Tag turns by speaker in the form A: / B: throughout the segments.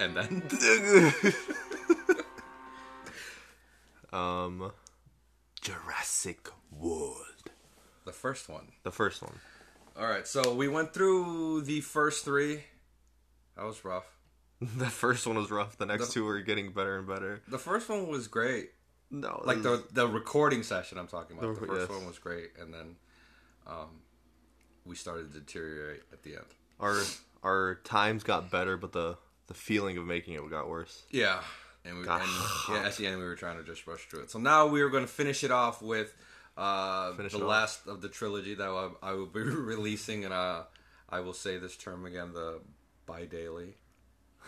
A: and then
B: um, Jurassic World,
A: the first one.
B: the first one.
A: All right, so we went through the first three. That was rough.
B: The first one was rough. The next
A: The-
B: two were getting better and better.
A: The first one was great.
B: No,
A: Like the the recording session I'm talking about.
B: The
A: The
B: recor-
A: first
B: yes.
A: one was great, and then um, we started to deteriorate at the end.
B: our our times got better, but the the feeling of making it got worse.
A: Yeah, and we
B: Got
A: and,
B: hot.
A: yeah, at the end we were trying to just rush through it. So now we are going to finish it off with uh,
B: Finish
A: the
B: it off.
A: last of the trilogy that I, I will be releasing, and uh, I will say this term again: the bi-daily.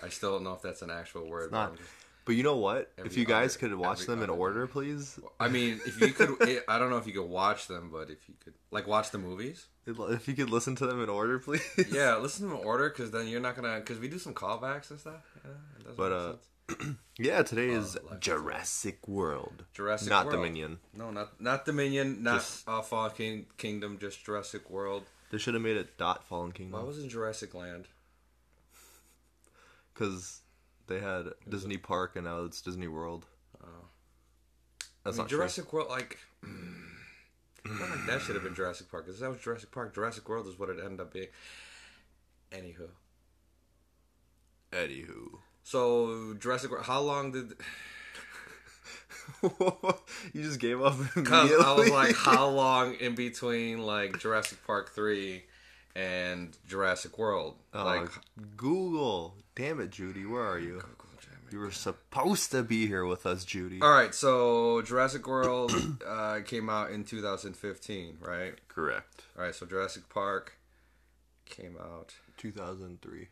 A: I still don't know if that's an actual word. but
B: not-
A: I'm just-
B: But you know what? if
A: Every
B: you guys
A: other-
B: could watch
A: every
B: them in
A: other
B: order, please.
A: I mean, if you could, it, I don't know if you could watch them, but if you could, like, watch the movies.
B: If you could listen to them in order, please.
A: Yeah, listen to them in order, because then you're not gonna. Because we do some callbacks and stuff. Yeah, it does
B: But,
A: make
B: uh,
A: sense.
B: Yeah, today is
A: Oh, like-
B: Jurassic World.
A: Jurassic
B: not
A: World.
B: Dominion.
A: No, not not Dominion, not
B: Just-
A: uh, Fallen King, Kingdom, just Jurassic World.
B: They should have made it dot Fallen
A: Why
B: Kingdom
A: wasn't Jurassic Land?
B: because they had Disney Park and now it's Disney World.
A: Oh.
B: That's
A: I mean,
B: not Jurassic.
A: Jurassic World, like, I feel like that should have been Jurassic Park. Because that was Jurassic Park. Jurassic World is what it ended up being. Anywho,
B: Anywho,
A: so Jurassic World. How long did?
B: you just gave up.
A: Because
B: Immediately.
A: I was like, how long in between like Jurassic Park three and Jurassic World?
B: Oh,
A: like,
B: Google. Damn it, Judy, where are you? You were supposed to be here with us, Judy.
A: all right. So Jurassic World uh, came out in 2015, right?
B: Correct.
A: All right, so Jurassic Park came out
B: 2003.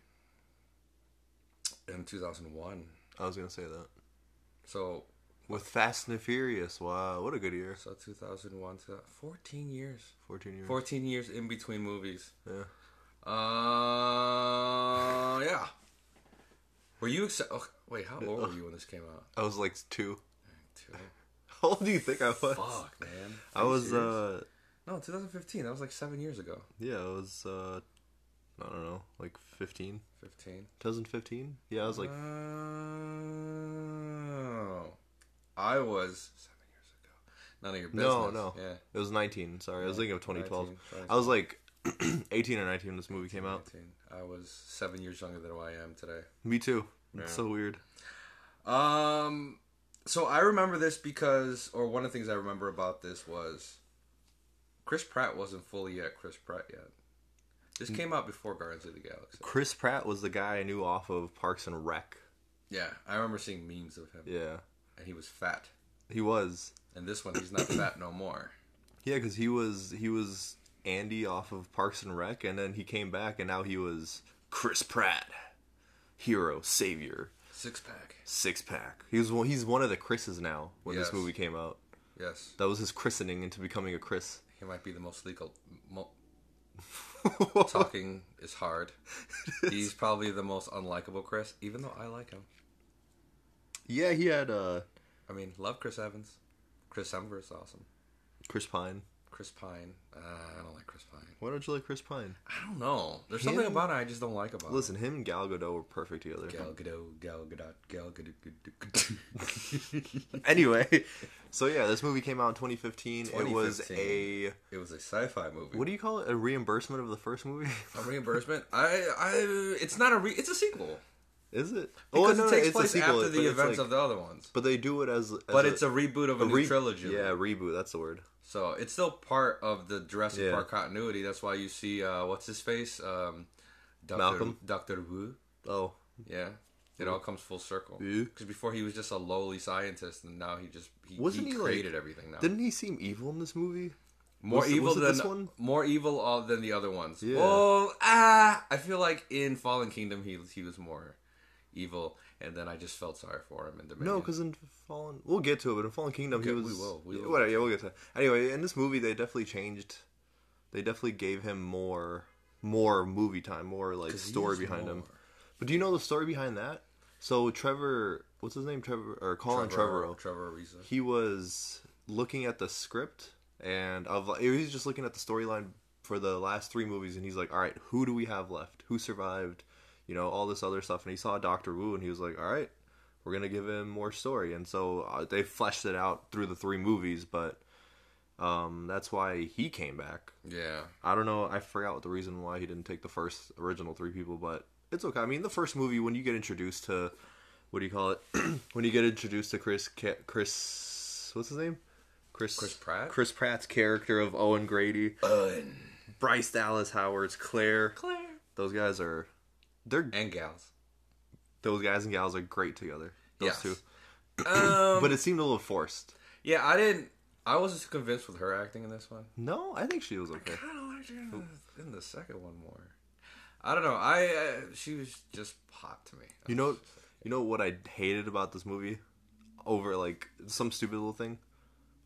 A: in 2001.
B: I was gonna say that.
A: So,
B: With Fast and the Furious. Wow, what a good year.
A: so 2001 to 14 years.
B: 14 years.
A: 14 years in between movies.
B: Yeah.
A: Uh, yeah. Were you excited? Oh, wait, how old were you when this came out?
B: I was like two.
A: Two.
B: How old do you think I was?
A: Fuck, man.
B: I
A: Are you
B: was
A: serious?
B: uh
A: no 2015. That was like seven years ago.
B: yeah, I was uh I don't know, like 15.
A: 15.
B: 2015? Yeah, I was like
A: Uh, Uh-huh. Oh. I was seven years ago. None of your business.
B: No, no.
A: Yeah.
B: It was 19. Sorry. I was thinking of 2012.
A: 19, sorry.
B: I was like 18 or 19 when this movie came out.
A: 19. I was seven years younger than I am today.
B: Me too. It's so weird.
A: Um, so I remember this because, or one of the things I remember about this was Chris Pratt wasn't fully yet Chris Pratt yet. This came out before Guardians of the Galaxy.
B: Chris Pratt was the guy I knew off of Parks and Rec.
A: Yeah, I remember seeing memes of him,
B: Yeah.
A: and he was fat.
B: He was.
A: And this one, he's not fat no more.
B: Yeah, cuz he was he was Andy off of Parks and Rec and then he came back and now he was Chris Pratt. Hero, savior.
A: Six pack.
B: six pack. He was one, he's one of the Chris's now when
A: Yes.
B: this movie came out.
A: Yes,
B: That was his christening into becoming a Chris.
A: he might be the most legal. Mo- talking is hard. He's probably the most unlikable Chris, even though I like him.
B: yeah, he had uh
A: I mean, love Chris Evans. Chris Hemsworth's awesome.
B: Chris Pine.
A: Chris Pine. Uh, I don't like Chris Pine.
B: Why don't you like Chris Pine?
A: I don't know. There's
B: Him?
A: something about it I just don't like about it.
B: Listen, him and Gal Gadot were perfect together.
A: Gal Gadot, Gal Gadot, Gal Gadot.
B: Anyway, so yeah, this movie came out in 2015. It was
A: 2015.
B: a
A: it was a sci-fi movie.
B: what do you call it? A reimbursement of the first movie?
A: a reimbursement? I, I, it's not a re. It's a sequel
B: Is it? Oh,
A: because
B: no,
A: it
B: no,
A: takes
B: it's a
A: place
B: sequel,
A: after
B: but
A: the
B: it's
A: events
B: like-
A: of the other ones.
B: But they do it as. as
A: But it's a reboot of a, new
B: re-
A: trilogy.
B: Yeah, reboot. That's the word.
A: So it's still part of the Jurassic
B: Yeah.
A: Park continuity. That's why you see uh, what's his face, um, Dr.
B: Malcolm?
A: Doctor Wu.
B: Oh,
A: Yeah, it all comes full circle.
B: Yeah.
A: Because before he was just a lowly scientist, and now he just he,
B: Wasn't
A: he
B: he, like-
A: created everything. Now
B: didn't he seem evil in this movie?
A: more
B: was it-
A: evil
B: was it
A: than
B: this one?
A: more evil all than the other ones.
B: Yeah.
A: Well, ah, I feel like in Fallen Kingdom he he was more evil, and then I just felt sorry for him in Dominion.
B: No, because in Fallen, we'll get to it. But in Fallen Kingdom, he
A: Okay,
B: was.
A: we will, we
B: yeah,
A: will.
B: Whatever, yeah, we'll get to. It. Anyway, in this movie, they definitely changed. They definitely gave him more, more movie time, more like story
A: he's
B: behind him.
A: more.
B: But do you know the story behind that? So Trevor, what's his name? Trevor or Colin Trevorrow.
A: Trevor Ariza.
B: He was looking at the script, and of he was just looking at the storyline for the last three movies, and he's like, "All right, who do we have left? Who survived? You you know, all this other stuff. And he saw Doctor Wu, and he was like, all right, we're gonna give him more story. And so uh, they fleshed it out through the three movies, but um, that's why he came back.
A: Yeah.
B: I don't know. I forgot what the reason why he didn't take the first original three people, but it's okay. I mean, the first movie when you get introduced to what do you call it? when you get introduced to Chris Ca- Chris what's his name? Chris
A: Chris Pratt?
B: Chris Pratt's character of Owen Grady, Bryce Dallas Howard's Claire.
A: Claire.
B: Those guys are they're
A: And gals.
B: those guys and gals are great together. Those
A: Yes.
B: two.
A: Um,
B: But it seemed a little forced.
A: yeah, I didn't. I wasn't too convinced with her acting in this one.
B: No, I think she was okay.
A: kind of liked her in the, in the second one more. I don't know. I uh, she was just hot to me.
B: You know, you know what I hated about this movie, over like some stupid little thing,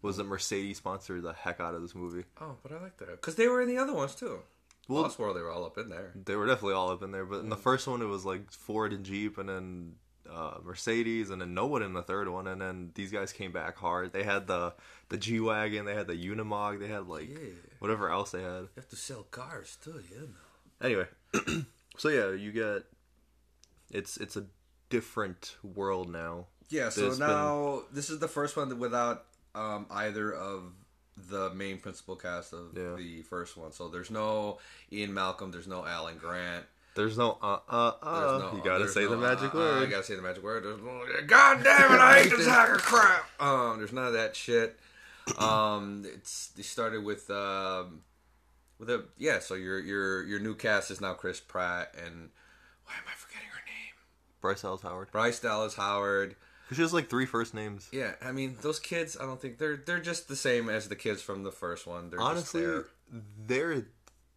B: was that Mercedes sponsored the heck out of this movie.
A: Oh, but I liked that because they were in the other ones too.
B: Well-
A: Well, Lost World, they were all up in there.
B: They were definitely all up in there, but
A: Mm.
B: in the first one it was like Ford and Jeep, and then uh, Mercedes, and then no one in the third one, and then these guys came back hard. They had the the G wagon, they had the Unimog, they had like
A: Yeah.
B: whatever else they had.
A: You have to sell cars too, you know.
B: Anyway, so yeah, you get it's it's a different world now.
A: Yeah. So
B: There's been-
A: now this is the first one that without um, either of the main principal cast of
B: Yeah.
A: the first one. So there's no Ian Malcolm. There's no Alan Grant.
B: There's no uh uh uh.
A: There's no-
B: you gotta
A: there's
B: say
A: no,
B: the magic
A: uh, uh,
B: word.
A: you gotta say the magic word. There's no, God damn it! I hate this hacker crap. Um, there's none of that shit. Um, it's they started with um, with a yeah. So your your your new cast is now Chris Pratt and why am I forgetting her name?
B: Bryce Dallas Howard.
A: Bryce Dallas Howard.
B: She has like three first names.
A: Yeah, I mean those kids. I don't think they're they're just the same as the kids from the first one. They're
B: Honestly,
A: just there.
B: they're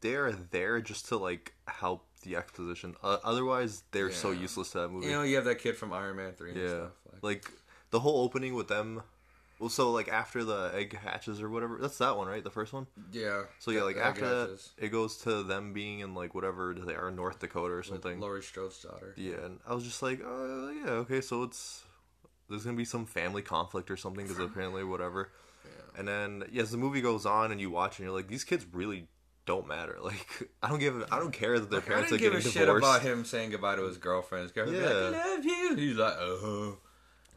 B: they're there just to like help the exposition. Uh, otherwise, they're so
A: Yeah.
B: useless to that movie.
A: you know you have that kid from Iron Man three. And
B: yeah,
A: stuff.
B: like, the whole opening with them. Well, so like after the egg hatches or whatever, that's that one, right? The first one.
A: yeah.
B: So yeah, like
A: I
B: after
A: guess
B: that,
A: it's
B: it goes to them being in like whatever they are, North Dakota or something.
A: Laurie Strode's daughter.
B: Yeah, and I was just like, uh, yeah, okay, so it's there's gonna be some family conflict or something because apparently whatever. And then yeah, as the movie goes on and you watch and you're like, these kids really don't matter. Like I don't give, a- I don't care that their
A: I
B: parents
A: didn't
B: are
A: give a
B: getting
A: shit
B: divorced.
A: about him saying goodbye to his girlfriend. His girlfriend yeah.
B: Yeah.
A: like, "I love you." He's like, uh huh.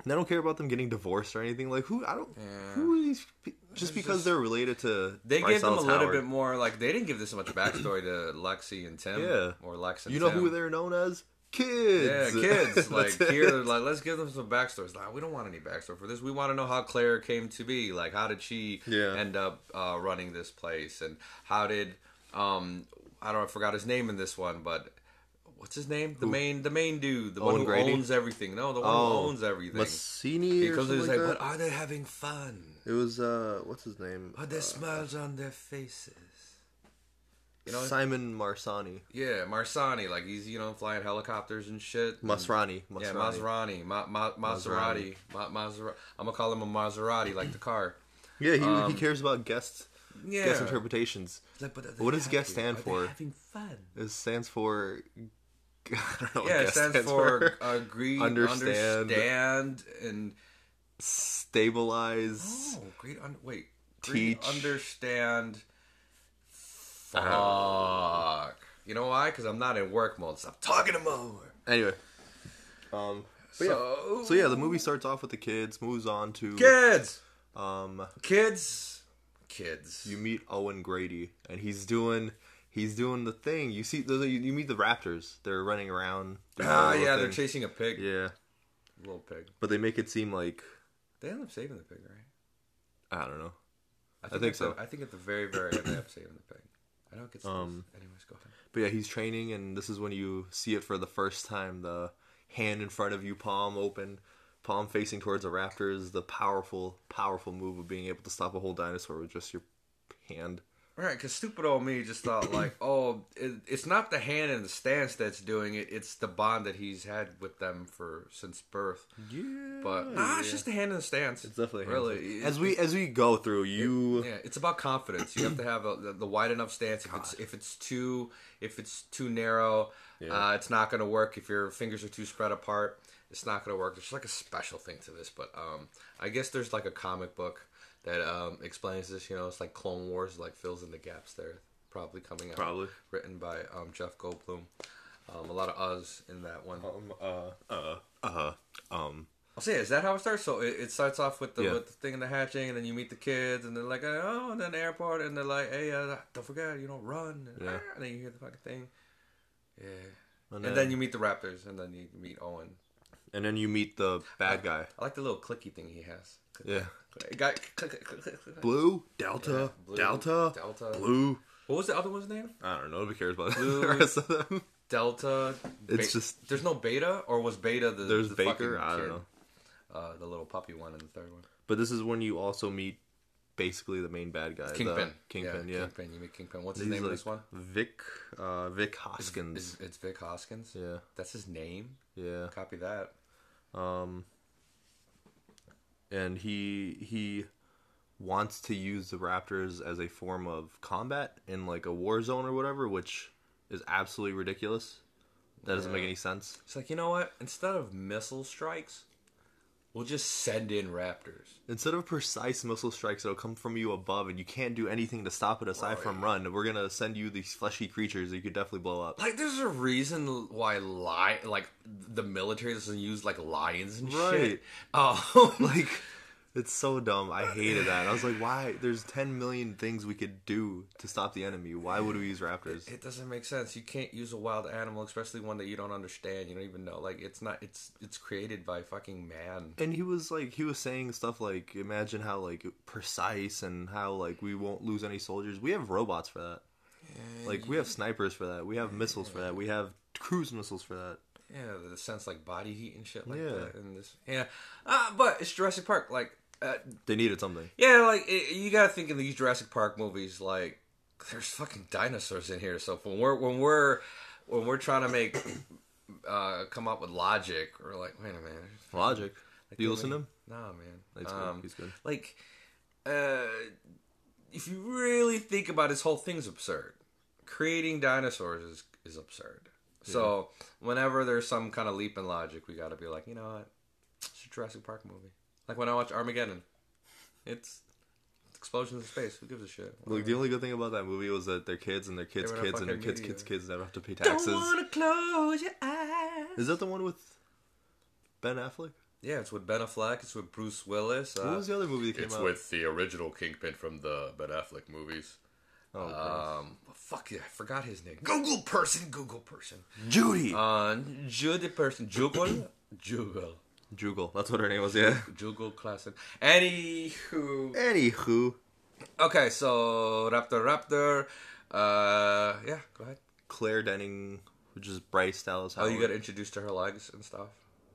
B: And I don't care about them getting divorced or anything. Like who? I don't.
A: Yeah.
B: Who are these? pe- Just because they're related to
A: They
B: Bryce
A: gave them a
B: Dallas
A: little
B: Howard.
A: bit more. Like they didn't give this much backstory to Lexi and Tim.
B: Yeah.
A: Or Lex and
B: You know
A: Tim.
B: who they're known as? Kids.
A: Yeah, kids.
B: That's
A: Like
B: it.
A: here, they're like let's give them some backstories. Nah, we don't want any backstory for this. We want to know how Claire came to be. Like, how did she
B: Yeah.
A: end up uh, running this place, and how did um I don't know, I forgot his name in this one, but what's his name? The main the main dude, the one
B: Owen
A: who
B: Grady?
A: owns everything. No, the one who
B: Oh,
A: owns everything.
B: Massini or
A: Because
B: something
A: it's
B: like
A: like,
B: that?
A: but are they having fun?
B: It was uh, what's his name?
A: Are there smiles on their faces? You know,
B: Simon Marsani.
A: yeah, Marsani, like he's you know flying helicopters and shit.
B: Masrani. Masrani.
A: Yeah, Maserati, ma- ma- Maserati, ma- Maserati. I'm gonna call him a Maserati, like the car.
B: Yeah, he, he cares about guests
A: Um, Yeah.
B: guest interpretations.
A: Like, but are they
B: What does
A: happy?
B: guest stand
A: Are they
B: for?
A: having fun.
B: It stands for I don't know what
A: Yeah, it
B: guest
A: stands, for agree,
B: Understand.
A: understand. and
B: stabilize.
A: oh, great. Un- wait,
B: Teach.
A: Great understand. Fuck.
B: Oh.
A: You know why? Because I'm not in work mode. Stop talking to me.
B: Anyway, um, but yeah.
A: Oh. So,
B: So yeah, the movie starts off with the kids, moves on to
A: kids,
B: um,
A: kids, kids.
B: you meet Owen Grady, and he's doing he's doing the thing. You see, those are- you, you meet the raptors. They're running around. doing their
A: ah,
B: little
A: yeah, they're
B: thing.
A: chasing a pig,
B: yeah,
A: little pig.
B: but they make it seem like
A: They end up saving the pig, right?
B: I don't know.
A: I
B: think
A: at
B: so.
A: The, I think at the very, very end, they have saving the pig. I don't get.
B: Um,
A: Um. Anyways, go ahead.
B: But yeah, he's training, and this is when you see it for the first time the hand in front of you, palm open, palm facing towards the raptors. The powerful, powerful move of being able to stop a whole dinosaur with just your hand.
A: All right, because stupid old me just thought like, oh, it, it's not the hand and the stance that's doing it; it's the bond that he's had with them for since birth.
B: Yeah.
A: But nah, it's just the hand and the stance.
B: Hmm. It's definitely
A: Ah. really
B: as we as we go through you.
A: Yeah, it's about confidence. You have to have a, the, the wide enough stance. If it's if it's too if it's too narrow, uh, it's not going to work. If your fingers are too spread apart, it's not going to work. There's like a special thing to this, but um, I guess there's like a comic book that um, explains this. You know, it's like Clone Wars, like fills in the gaps there. Probably coming out.
B: Probably.
A: written by um, Jeff Goldblum. Um, a lot of uhs in that one.
B: Um, uh, uh, uh, um.
A: I'll say, is that how it starts? So it, it starts off with the,
B: Yeah.
A: with the thing in the hatching, and then you meet the kids, and they're like, oh, and then the airport, and they're like, hey, uh, don't forget, you know, run. And,
B: Yeah.
A: "Ah," and then you hear the fucking thing. Yeah. And, then, you meet the Raptors, and then you meet Owen.
B: and then you meet the bad guy.
A: I like the little clicky thing he has.
B: Yeah.
A: It got click, click, click, click, click.
B: Blue, Delta,
A: Yeah, Blue,
B: Delta,
A: Delta.
B: Blue.
A: What was the other one's name?
B: I don't know. Nobody cares about
A: Blue.
B: the rest of them.
A: Delta.
B: It's just-
A: there's no Beta, or was Beta the
B: There's
A: the fucking
B: Baker. I don't
A: kid?
B: know.
A: Uh, the little puppy one and the third one.
B: But this is when you also meet basically the main bad guy, the
A: Kingpin.
B: Kingpin, yeah.
A: Kingpin. You meet Kingpin. What's
B: He's
A: his name in
B: like
A: this one?
B: Vic, uh, Vic Hoskins.
A: It's, it's Vic Hoskins.
B: yeah,
A: That's his name.
B: yeah.
A: Copy that.
B: Um, and he he wants to use the Raptors as a form of combat in like a war zone or whatever, which is absolutely ridiculous. That doesn't make
A: Yeah.
B: any sense.
A: It's like you know what? Instead of missile strikes, we'll just send in Raptors.
B: Instead of precise missile strikes that'll come from you above, and you can't do anything to stop it aside
A: Right.
B: from run, we're gonna send you these fleshy creatures that you could definitely blow up.
A: Like, there's a reason why li- like the military doesn't use like lions and
B: Right.
A: shit. Oh,
B: like it's so dumb i hated that i was like why there's 10 million things we could do to stop the enemy why would we use raptors
A: It doesn't make sense. You can't use a wild animal, especially one that you don't understand. You don't even know. Like it's not. It's it's created by fucking man.
B: and he was like he was saying stuff like imagine how like precise and how like we won't lose any soldiers we have robots for that like we have snipers for that we have missiles for that we have cruise missiles for that
A: Yeah, the sense like body heat and shit like
B: Yeah.
A: that. And this, yeah. Uh, but it's Jurassic Park. Like, uh,
B: they needed something
A: yeah, like it, you gotta think in these Jurassic Park movies, like there's fucking dinosaurs in here. So when we're when we're when we're trying to make uh come up with logic, we're like, wait a minute.
B: logic do you listen to him
A: Nah, man.
B: He's good.
A: Um,
B: He's good.
A: like uh if you really think about it, this whole thing's absurd creating dinosaurs is is absurd so whenever there's some kind of leap in logic we gotta be like you know what it's a jurassic park movie like when i watch armageddon it's explosions in space who gives a shit
B: Look, the only good thing about that movie was that their kids and their kids'
A: were in a
B: kids and their
A: fucking
B: kids'
A: media.
B: kids' kids never have to pay
A: don't
B: taxes.
A: wanna close your eyes
B: Is that the one with Ben Affleck?
A: yeah it's with ben affleck it's with bruce willis uh,
B: What was the other movie that came
A: it's
B: out?
A: with the original kingpin from the ben affleck movies
B: oh, gross.
A: Um, fuck yeah, I forgot his name. Google person, Google person.
B: Judy.
A: Uh, Judy person, Jugal, Jugal,
B: Jugal. That's what her name was. Yeah.
A: Jugal Classic. Anywho,
B: Anywho,
A: okay, so Raptor, Raptor. Uh, yeah, go ahead.
B: Claire Denning, which is Bryce Dallas
A: Oh,
B: Howard.
A: you got introduced to her legs and stuff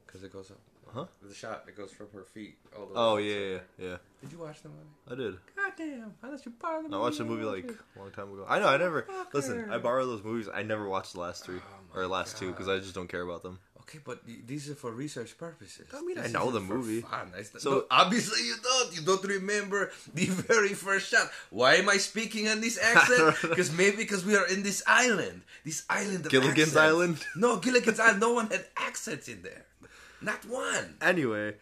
A: because it goes up.
B: Huh?
A: The shot it goes from her feet. All the way
B: Oh
A: up.
B: yeah, yeah, yeah.
A: Did you watch the movie?
B: I did.
A: God damn, I let you borrow the movie.
B: I watched the movie like a long time ago. I know. I never listen. I borrow those movies. I never watched the last three
A: Oh my
B: or last two because I just don't care about them.
A: Okay, but th- these are for research purposes.
B: I mean,
A: This
B: I know
A: isn't
B: the
A: for
B: movie.
A: fun. It's not-
B: So-
A: No, obviously you don't. You don't remember the very first shot. Why am I speaking on this accent? Because maybe because we are in this island, this island of
B: Gilligan's
A: accents.
B: Island?
A: No, Gilligan's Island. No one had accents in there. Not one.
B: Anyway,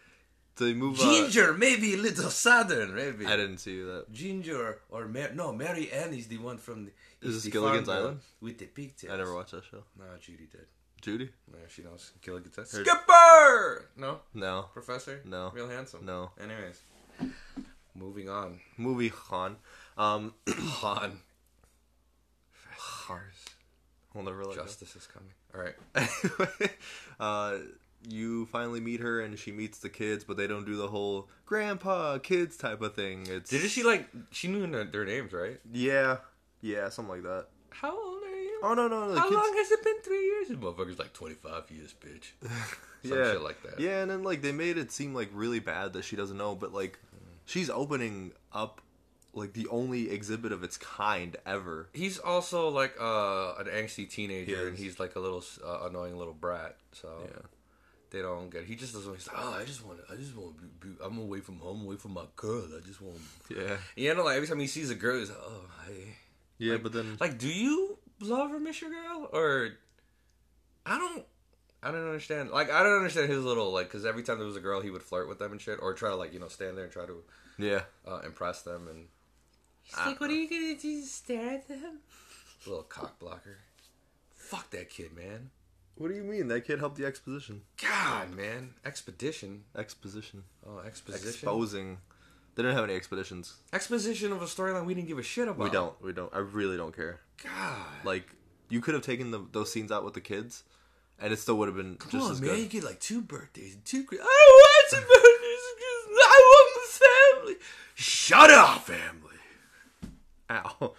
B: they move. Uh,
A: Ginger, maybe a little southern, maybe.
B: I didn't see that.
A: Ginger or Mar- no, Mary Ann is the one from. The,
B: Is this
A: the
B: Gilligan's
A: farm girl
B: Island?
A: with the pigtails?
B: I never watched that show.
A: No, Judy did.
B: Judy?
A: No, she knows Gilligan's Island. Skipper. No.
B: No.
A: Professor?
B: No.
A: Real handsome?
B: No.
A: Anyways. Moving on.
B: Movie Han. Um,
A: Han.
B: I'll never let go.
A: Justice is coming. Alright.
B: Anyway, uh, you finally meet her and she meets the kids, but they don't do the whole grandpa kids type of thing. It's
A: Did she like she knew their their names, right?
B: yeah, yeah, something like that.
A: How old are you?
B: Oh no, no, no the
A: How
B: kids.
A: long has it been? Three years? This motherfucker's like twenty five years, bitch. Some
B: yeah,
A: shit like that.
B: Yeah, and then like they made it seem like really bad that she doesn't know, but like she's opening up like the only exhibit of its kind ever.
A: He's also like uh, an angsty teenager,
B: He
A: and
B: is.
A: he's like a little uh, annoying little brat. So
B: Yeah.
A: they don't get. He just doesn't. He's like, oh, I just want to. I just want to. Be, be, I'm away from home, away from my girl. I just want.
B: Yeah,
A: You know, like every time he sees a girl, he's like, oh, hey.
B: yeah, but then
A: Like, do you love or miss your girl, or I don't? I don't understand. Like, I don't understand his little like because every time there was a girl, he would flirt with them and shit, or try to like you know stand there and try to
B: yeah,
A: uh, impress them and
C: He's like, what are you gonna do? Stare at them?
A: little cock blocker. Fuck that kid, man.
B: What do you mean? That kid helped the exposition.
A: God, man. Expedition.
B: Exposition.
A: Oh, exposition.
B: Exposing. They didn't have any expeditions.
A: Exposition of a storyline we didn't give a shit about.
B: We don't. We don't. I really don't care.
A: God.
B: Like you could have taken the, those scenes out with the kids, and it still would have been
A: Come
B: just
A: on,
B: as
A: man. You
B: good.
A: get like two birthdays and two. Chris- I want some birthdays because I want the family. Shut up, family. Um,
B: Ow.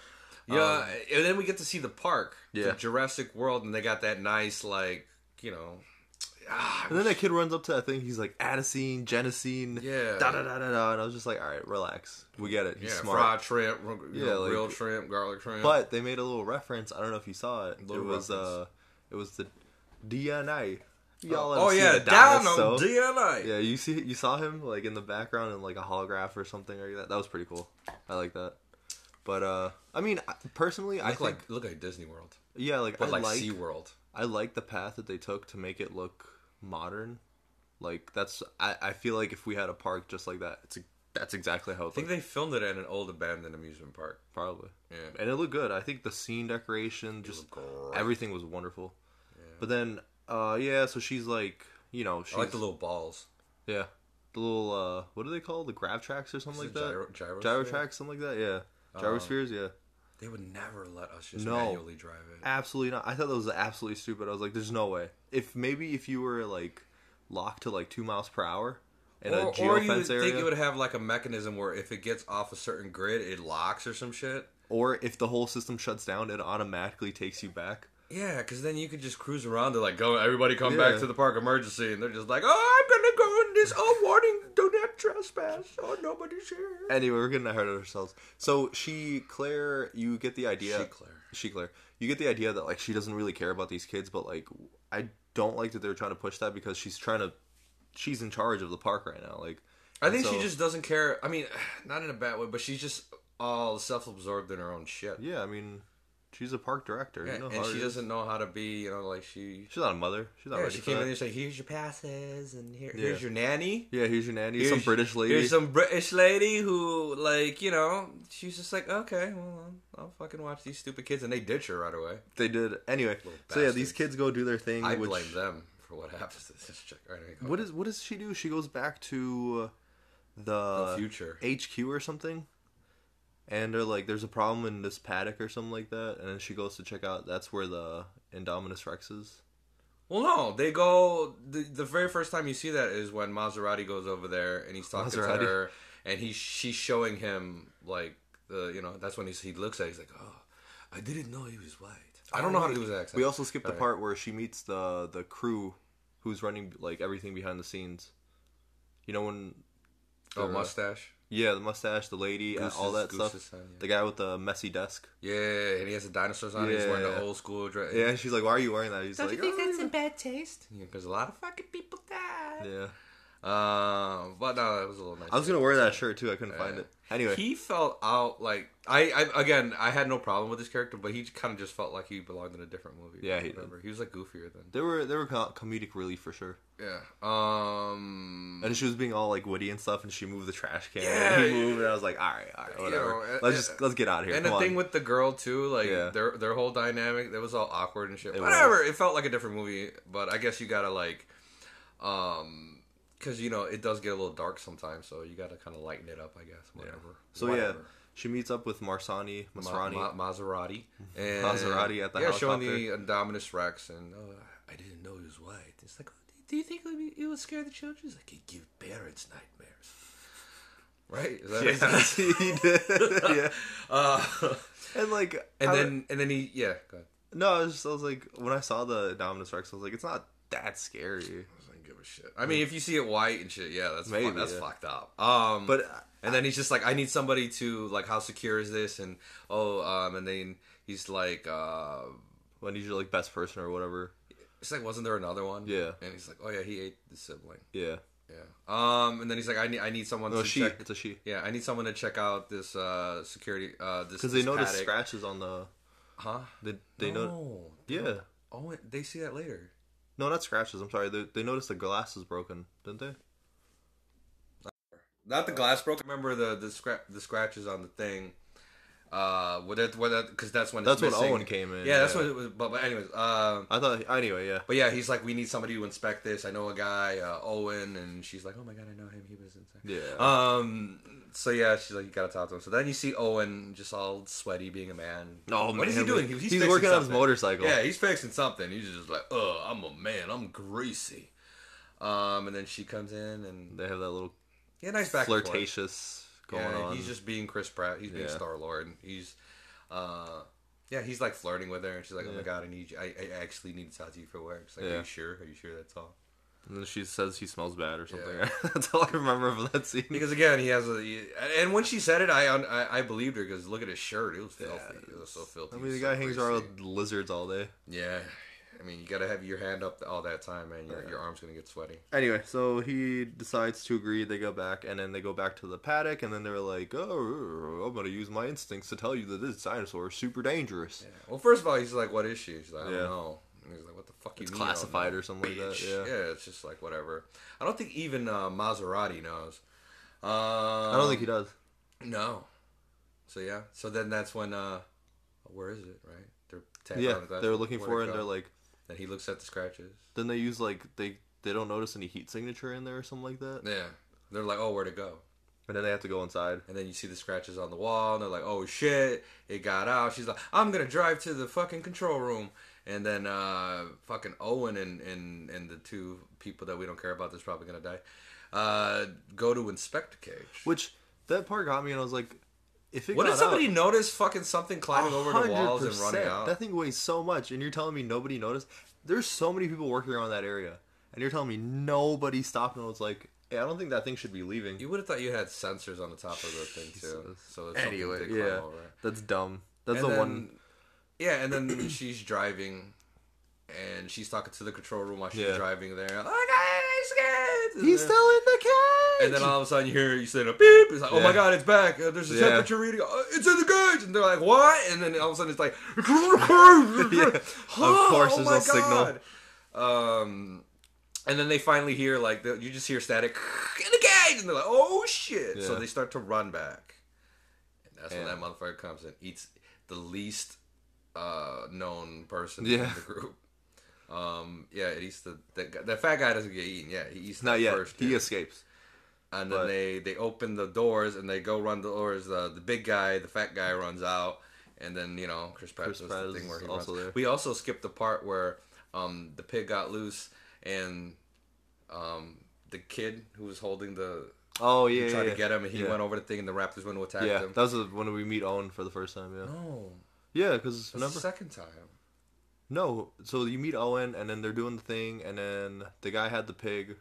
A: Yeah, and then we get to see the park,
B: Yeah.
A: the Jurassic World, and they got that nice, like, you know, ah,
B: And then that kid runs up to that thing. He's like, Adenosine, Genesine,
A: Yeah.
B: da da da da da. And I was just like, all right, relax. We get it.
A: yeah,
B: He's smart.
A: fried shrimp, r- you
B: Yeah,
A: know,
B: like-
A: real shrimp, garlic shrimp.
B: But they made a little reference. I don't know if you saw it.
A: Little
B: it was
A: reference.
B: uh, it was the DNA. Y'all
A: oh
B: haven't seen
A: yeah,
B: the
A: down
B: dinosaur.
A: on DNA.
B: Yeah, you see, you saw him like in the background in like a holograph or something like that. That was pretty cool. I like that. But uh, I mean, I- personally, I
A: Look
B: think
A: like look like Disney World,
B: yeah, like
A: but
B: I
A: like,
B: like,
A: Sea World.
B: I like the path that they took to make it look modern. Like that's I, I feel like if we had a park just like that, it's that's exactly how
A: I
B: it
A: think they
B: looked,
A: filmed it at an old abandoned amusement park.
B: probably.
A: Yeah,
B: And it looked good. I think the scene decoration, just
A: looked great.
B: everything was wonderful. But then, uh, yeah, so she's like, you know, she's
A: I like the little balls.
B: yeah, the little uh, what do they call the grav tracks or something
A: Is
B: like
A: it
B: that?
A: gyro- gyrosphere? Um,
B: gyro tracks, something like that. Yeah, gyrospheres. yeah,
A: They would never let us just
B: No.
A: manually drive it.
B: absolutely not. I thought that was absolutely stupid. I was like, there's no way. If maybe if you were like locked to like two miles per hour in a
A: Or, or you would
B: geofence
A: think
B: area,
A: it would have like a mechanism where if it gets off a certain grid, it locks or some shit.
B: or if the whole system shuts down, it automatically takes you back.
A: Yeah, because then you could just cruise around. They're like, "Go, everybody, come
B: Yeah.
A: back to the park emergency," and they're just like, "Oh, I'm gonna go in this. Oh, warning, do not trespass. Oh, nobody's here."
B: Anyway, we're getting ahead of ourselves. So she, Claire, you get the idea.
A: She, Claire.
B: she, Claire, you get the idea that like she doesn't really care about these kids, but like I don't like that they're trying to push that because she's trying to, she's in charge of the park right now. Like
A: I think she
B: so-
A: just doesn't care. I mean, not in a bad way, but she's just all self-absorbed in her own shit,
B: yeah, I mean, she's a park director. you
A: and,
B: know
A: and
B: how
A: she
B: it is.
A: doesn't know how to be. You know, like she.
B: She's not a mother. She's not
A: Yeah,
B: ready
A: she
B: for
A: came in
B: that.
A: there and said, "Here's your passes, and here,
B: Yeah.
A: here's your nanny."
B: Yeah, here's your nanny,
A: Here's-
B: some British lady.
A: Here's some British lady who, like, you know, she's just like, okay, well, I'll fucking watch these stupid kids, and they ditch her right away.
B: They did anyway. So yeah,
A: bastards.
B: these kids go do their thing.
A: I
B: which,
A: blame them for what happens to this chick. All right, here you go.
B: What is what does she do? She goes back to uh, the,
A: The future?
B: HQ or something, and they're like, "There's a problem in this paddock or something like that." And then she goes to check out. That's where the Indominus Rex is.
A: Well, no, they go. The, the very first time you see that is when Maserati goes over there and he's talking
B: Maserati.
A: to her, and he's she's showing him like the you know that's when he's, he looks at it, he's like, oh, I didn't know he was white. I don't know how to do his accent.
B: We also skipped the
A: Alright.
B: part where she meets the the crew, who's running like everything behind the scenes. You know when?
A: oh mustache.
B: Yeah, the mustache, the lady, uh, all that
A: Goose's-
B: stuff.
A: Goose's son, yeah.
B: The guy with the messy desk.
A: Yeah, and he has the dinosaurs on. He's wearing
B: Yeah.
A: the old school dress.
B: Yeah, and she's like, "Why are you wearing that?" He's
A: Don't
B: like,
A: you think
B: "Oh,
A: that's
B: yeah."
A: in bad taste? Because a lot of fucking people die.
B: Yeah.
A: Um, but no, that was a little nice.
B: I was gonna wear that shirt too. I couldn't find
A: Yeah.
B: it. Anyway,
A: He felt out like I, I again. I had no problem with this character, but he kind of just felt like he belonged in a different movie.
B: Yeah, he
A: he He was like goofier than.
B: they were they were co- comedic relief for sure.
A: Yeah. Um.
B: And she was being all like witty and stuff, and she moved the trash can.
A: Yeah,
B: and he moved, and I was like, all right, all right, whatever.
A: know, uh,
B: let's just let's get out of here.
A: And
B: Come
A: the
B: on.
A: thing with the girl too, like
B: Yeah.
A: their their whole dynamic, that was all awkward and shit.
B: It
A: Whatever. It felt like a different movie, but I guess you gotta like, um, because you know it does get a little dark sometimes, so you gotta kind of lighten it up, I guess. Whatever.
B: so yeah,
A: Whatever.
B: she meets up with Marsani,
A: Ma-
B: Masrani.
A: Ma- Maserati. And,
B: Maserati at the
A: yeah, showing the
B: helicopter.
A: Indominus Rex, and oh, I didn't know he was white. It's like, oh, do you think it would, be, it would scare the children? It's like, it give parents nightmares. Right? Is that-
B: yeah, he did. yeah,
A: Uh,
B: and like,
A: and
B: I-
A: then and then he yeah. Go ahead.
B: no, I was, just, I was like, when I saw the Dominus Rex, I was like, it's not that scary.
A: I don't give a shit. I mean, if you see it white and shit, yeah, that's fu-
B: Maybe,
A: that's
B: yeah.
A: fucked up. Um,
B: But uh,
A: and then he's just like, I need somebody to like, how secure is this? And oh, um, and then he's like, uh,
B: when he's your like best person or whatever,
A: it's like, wasn't there another one?
B: Yeah.
A: And he's like, oh yeah, he ate the sibling.
B: yeah.
A: Yeah. Um, and then he's like, I need, I need someone
B: No,
A: to
B: Oh, she.
A: check.
B: It's a she.
A: Yeah, I need someone to check out this uh security. Uh, this
B: Because they
A: this
B: notice
A: paddock.
B: scratches on the.
A: huh?
B: They they
A: no.
B: know.
A: they
B: Yeah.
A: don't- Oh, wait, they see that later.
B: No, not scratches. I'm sorry. They, they noticed the glass is broken, didn't they?
A: Not the glass broke. Remember the the scrap the scratches on the thing. Uh, what that, what that, because that's when it's
B: That's when
A: missing.
B: Owen came in.
A: Yeah, that's when it was. But, but anyways, um,
B: I thought. Anyway, yeah.
A: But yeah, he's like, we need somebody to inspect this. I know a guy, uh, Owen, and she's like, oh my god, I know him. He was inside.
B: Yeah.
A: Um. So yeah, she's like, you gotta talk to him. So then you see Owen just all sweaty, being a man.
B: oh
A: what is he
B: man,
A: doing?
B: He's,
A: fixing
B: working on his
A: something.
B: motorcycle.
A: Yeah, he's fixing something. He's just like, oh, I'm a man. I'm greasy. Um. And then she comes in and
B: They have that little
A: yeah, nice back and forth.
B: flirtatious going
A: Yeah,
B: on.
A: he's just being Chris Pratt. He's being
B: Yeah.
A: Star Lord. He's, uh, yeah, he's like flirting with her, and she's like, "Oh my
B: Yeah.
A: god, I need you. I, I actually need to talk to you for work." She's like, "Are
B: Yeah.
A: you sure? Are you sure that's all?"
B: and then she says he smells bad or something.
A: Yeah.
B: That's all I remember from that scene.
A: Because again, he has a. he- and when she said it, I I, I believed her because look at his shirt. It was filthy. It was so filthy.
B: I mean, the
A: so
B: guy hangs around
A: greasy.
B: with lizards all day.
A: Yeah, I mean, you gotta have your hand up all that time, man. Your,
B: Yeah.
A: your arm's gonna get sweaty.
B: Anyway, so he decides to agree. They go back, and then they go back to the paddock, and then they're like, "Oh, I'm gonna use my instincts to tell you that this dinosaur is super dangerous."
A: Yeah. Well, first of all, he's like, "What is she?" She's like, "I
B: Yeah.
A: don't know." And he's like, "What the fuck you
B: It's
A: mean, I don't
B: classified
A: know,
B: or something like that,
A: bitch?"
B: yeah.
A: yeah, it's just like whatever. I don't think even uh, Maserati knows. Um,
B: I don't think he does.
A: No. So yeah. So then that's when. uh Where is it? Right. They're tapping
B: Yeah,
A: on the glass.
B: they're looking
A: Where'd
B: for,
A: it
B: it, and
A: go?
B: they're like,
A: And he looks at the scratches.
B: then they use like they they don't notice any heat signature in there or something like that,
A: Yeah. They're like, "Oh, where'd it go?"
B: and then they have to go inside.
A: And then you see the scratches on the wall, and they're like, "Oh shit, it got out." She's like, "I'm gonna drive to the fucking control room." And then uh, fucking Owen and, and and the two people that we don't care about that's probably gonna die, uh, go to inspect the cage.
B: Which that part got me, and I was like, if it
A: What
B: got
A: did somebody
B: out,
A: notice? Fucking something climbing over the walls and running
B: 100%,
A: out.
B: That thing weighs so much, and you're telling me nobody noticed. There's so many people working around that area, and you're telling me nobody stopped and was like, hey, I don't think that thing should be leaving.
A: you would have thought you had sensors on the top of the thing too.
B: Jesus.
A: So if something did climb
B: yeah,
A: over.
B: that's dumb. That's
A: And
B: the
A: then-
B: one.
A: Yeah, and then she's driving, and she's talking to the control room while she's
B: Yeah.
A: driving there. Oh my god, I'm scared.
B: He's
A: And then-
B: still in the cage.
A: And then all of a sudden you hear you say a beep. It's like, oh my
B: Yeah.
A: god, it's back. Uh, there's a
B: Yeah.
A: temperature reading. Uh, it's in the cage. And they're like, what? And then all of a sudden it's like, yeah.
B: Of course there's no signal.
A: Um, and then they finally hear like the, you just hear static in the cage, and they're like, oh shit. So
B: Yeah.
A: they start to run back, and that's when
B: Yeah.
A: that motherfucker comes and eats the least uh, known person in
B: Yeah.
A: the group. Um, yeah, it eats the that, guy, that fat guy doesn't get eaten. Yeah, he eats
B: Not
A: the
B: yet.
A: first.
B: he
A: dude
B: escapes.
A: and then
B: But-
A: they they open the doors and they go run the doors. The the big guy, the fat guy, runs out, and then you know Chris Pratt
B: Chris
A: does
B: Pratt
A: the
B: is
A: thing where he
B: also
A: runs.
B: there.
A: We also skipped the part where um the pig got loose and um the kid who was holding the
B: Oh yeah,
A: he tried
B: yeah,
A: to get him and he
B: yeah.
A: went over the thing and the raptors went to attack
B: yeah.
A: him.
B: That was the- when we meet Owen for the first time. Yeah,
A: no,
B: yeah, because
A: that's the
B: remember,
A: second time.
B: no. So you meet Owen, and then they're doing the thing, and then the guy had the pig,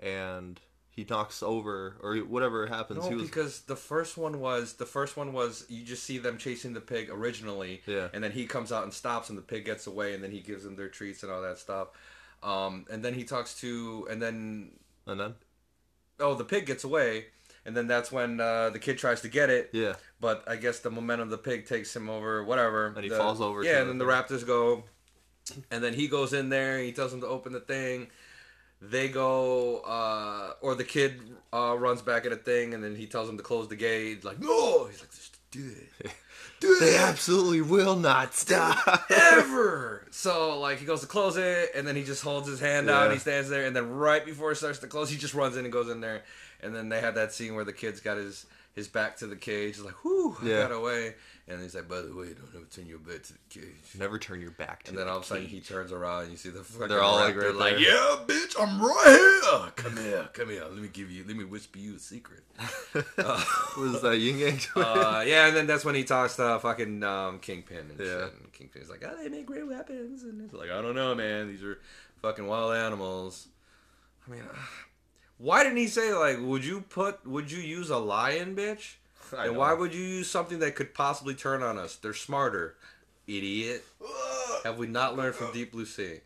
B: and he knocks over or whatever happens.
A: No,
B: he was
A: because the first one was the first one was you just see them chasing the pig originally,
B: Yeah.
A: and then he comes out and stops, and the pig gets away, and then he gives them their treats and all that stuff, um, and then he talks to, and then
B: and then
A: oh, the pig gets away, and then that's when uh, the kid tries to get it,
B: yeah,
A: but I guess the momentum of the pig takes him over, whatever,
B: And he
A: The-
B: falls over
A: yeah,
B: to
A: and then the raptors go, and then he goes in there, and he tells them to open the thing, they go uh or the kid uh runs back at a thing and then he tells him to close the gate like no he's like just do it do
B: they
A: it
B: absolutely will not stop.
A: ever so like he goes to close it and then he just holds his hand out and
B: Yeah.
A: he stands there and then right before it starts to close he just runs in and goes in there and then they had that scene where the kid's got his his back to the cage he's like whoo i
B: Yeah.
A: got away and he's like by the way don't ever turn your back to the cage
B: Never turn your back to.
A: and then
B: the
A: all of a sudden
B: key.
A: he turns around and you see the fucking
B: They're all, like,
A: raptor
B: right
A: like,
B: there.
A: yeah, bitch, I'm right here. Come here, come here. Let me give you, let me whisper you a secret.
B: uh, was that Ying Yang.
A: Uh, yeah, and then that's when he talks to fucking um, Kingpin and
B: Yeah.
A: shit. And Kingpin's like, oh, they make great weapons. And it's like, I don't know, man. These are fucking wild animals. I mean, uh, why didn't he say like, would you put, would you use a lion, bitch?
B: I
A: and
B: know.
A: why would you use something that could possibly turn on us? They're smarter, idiot. Have we not learned from Deep Blue Sea?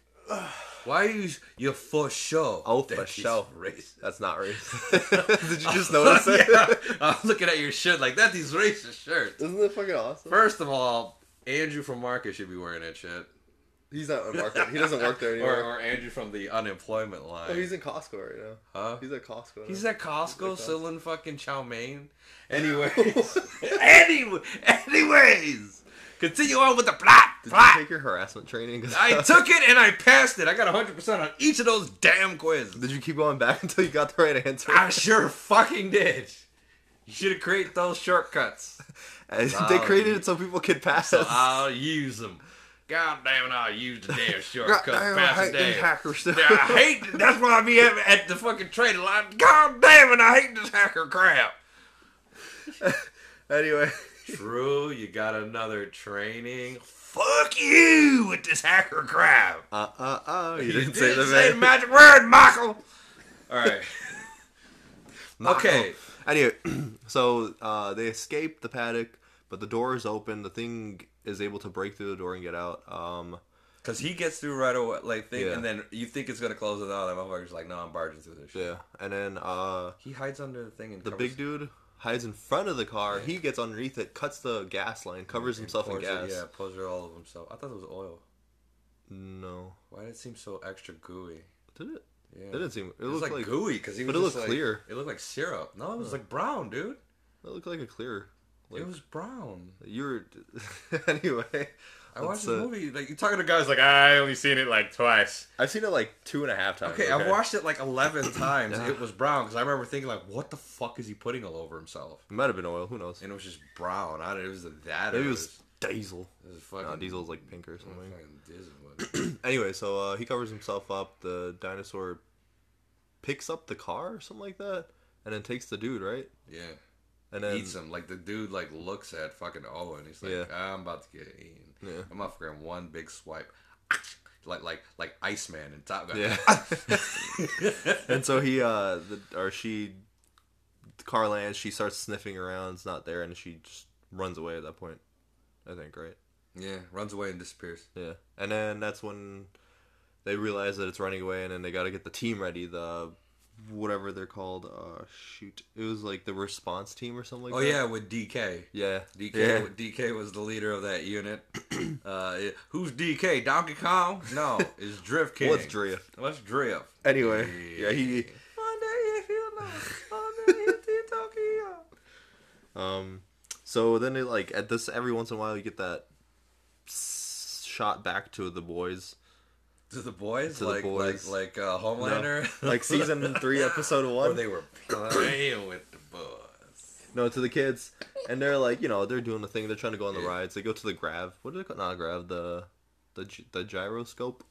A: Why are you you for sure?
B: Oh, for
A: that is
B: sure.
A: racist.
B: That's not racist. Did you just notice it?
A: yeah, I'm looking at your shirt like that. These racist shirts.
B: Isn't that fucking awesome?
A: First of all, Andrew from Marcus should be wearing that shit.
B: He's not a market. He doesn't work there anymore.
A: Or, or Andrew from the unemployment line.
B: oh, he's in Costco right now.
A: Huh?
B: He's at Costco.
A: He's
B: now.
A: at
B: He's
A: Costco
B: at Costco.
A: selling fucking chow mein. Anyways. anyway, anyways. Continue on with the plot.
B: Did
A: plot.
B: you take your harassment training?
A: I took it and I passed it. I got 100% on each of those damn quizzes.
B: Did you keep going back until you got the right answer?
A: I sure fucking did. You should have created those shortcuts.
B: they
A: Wow.
B: created it so people could pass
A: Oh, So uh,
B: us.
A: I'll use them. God damn it, I'll use the damn
B: God
A: shortcuts.
B: damn, I
A: pass
B: hate
A: it
B: these
A: down.
B: hackers still.
A: I hate it. That's why I be at, at the fucking trading line. God damn it, I hate this hacker crap.
B: anyway,
A: True, you got another training. Fuck you with this hacker crap.
B: uh, uh, uh, you,
A: You
B: didn't, say the
A: say
B: name.
A: magic word, Michael. All right. Okay.
B: Anyway, so uh, they escape the paddock, but the door is open. The thing is able to break through the door and get out. Um,
A: Cause he gets through right away, like thing,
B: Yeah.
A: and then you think it's gonna close without him. Motherfucker's like, no, I'm barging through this. shit.
B: yeah, and then uh,
A: He hides under the thing and
B: the
A: covers-
B: big dude hides in front of the car. He gets underneath it, cuts the gas line, covers
A: and
B: himself in
A: pours It,
B: gas.
A: yeah, pours it all of himself. I thought it was oil.
B: No,
A: Why did it seem so extra gooey?
B: did it?
A: Yeah.
B: It didn't seem.
A: It
B: It,
A: was
B: looked
A: like,
B: like,
A: gooey because he was.
B: but it
A: just,
B: looked
A: like-
B: clear.
A: It looked like syrup. No, it was like brown, dude.
B: it looked like a clear. Like,
A: it was brown.
B: you were anyway.
A: I
B: let's,
A: watched the
B: uh,
A: movie. Like you're talking to guys like I only seen it like twice.
B: I've seen it like two and a half times.
A: Okay, I've watched it like eleven times.
B: Yeah.
A: It was brown because I remember thinking like, what the fuck is he putting all over himself?
B: It might have been oil. Who knows?
A: And it was just brown. I don't. It was that. or
B: Maybe it was diesel.
A: It was fucking.
B: No, diesel's like pink
A: it
B: or
A: was
B: something.
A: fucking Disney one.
B: Anyway, so uh, he covers himself up. The dinosaur picks up the car or something like that, and then takes the dude right,
A: yeah.
B: and then
A: eats him. Like the dude like looks at fucking Owen. He's like,
B: Yeah.
A: I'm about to get eaten.
B: Yeah.
A: I'm not fucking one big swipe. Like like like Iceman and Top Gun.
B: yeah, and so he uh, the, or she, the car lands. She starts sniffing around. It's not there, and she just runs away at that point. I think right.
A: yeah. Runs away and disappears.
B: Yeah, and then that's when they realize that it's running away, and then they got to get the team ready. The whatever they're called. Uh, shoot, it was like the response team or something. like
A: oh
B: that.
A: yeah, with DK.
B: yeah,
A: DK
B: yeah.
A: DK was the leader of that unit. uh, it- who's DK? Donkey Kong? No, it's Drift King.
B: What's drift?
A: Let's drift.
B: Anyway, yeah, he
A: One day if you know, one day if you Tokyo.
B: um. So then they like at this every once in a while you get that s- shot back to the boys,
A: To the boys,
B: To the
A: like,
B: boys.
A: like like uh, Homelander,
B: like season three, episode
A: Or
B: one.
A: they were playing with the boys.
B: No, to the kids, and they're like you know they're doing the thing. They're trying to go on the
A: Yeah.
B: rides. They go to the grav. What do they call? Not grav. The the gy- the gyroscope.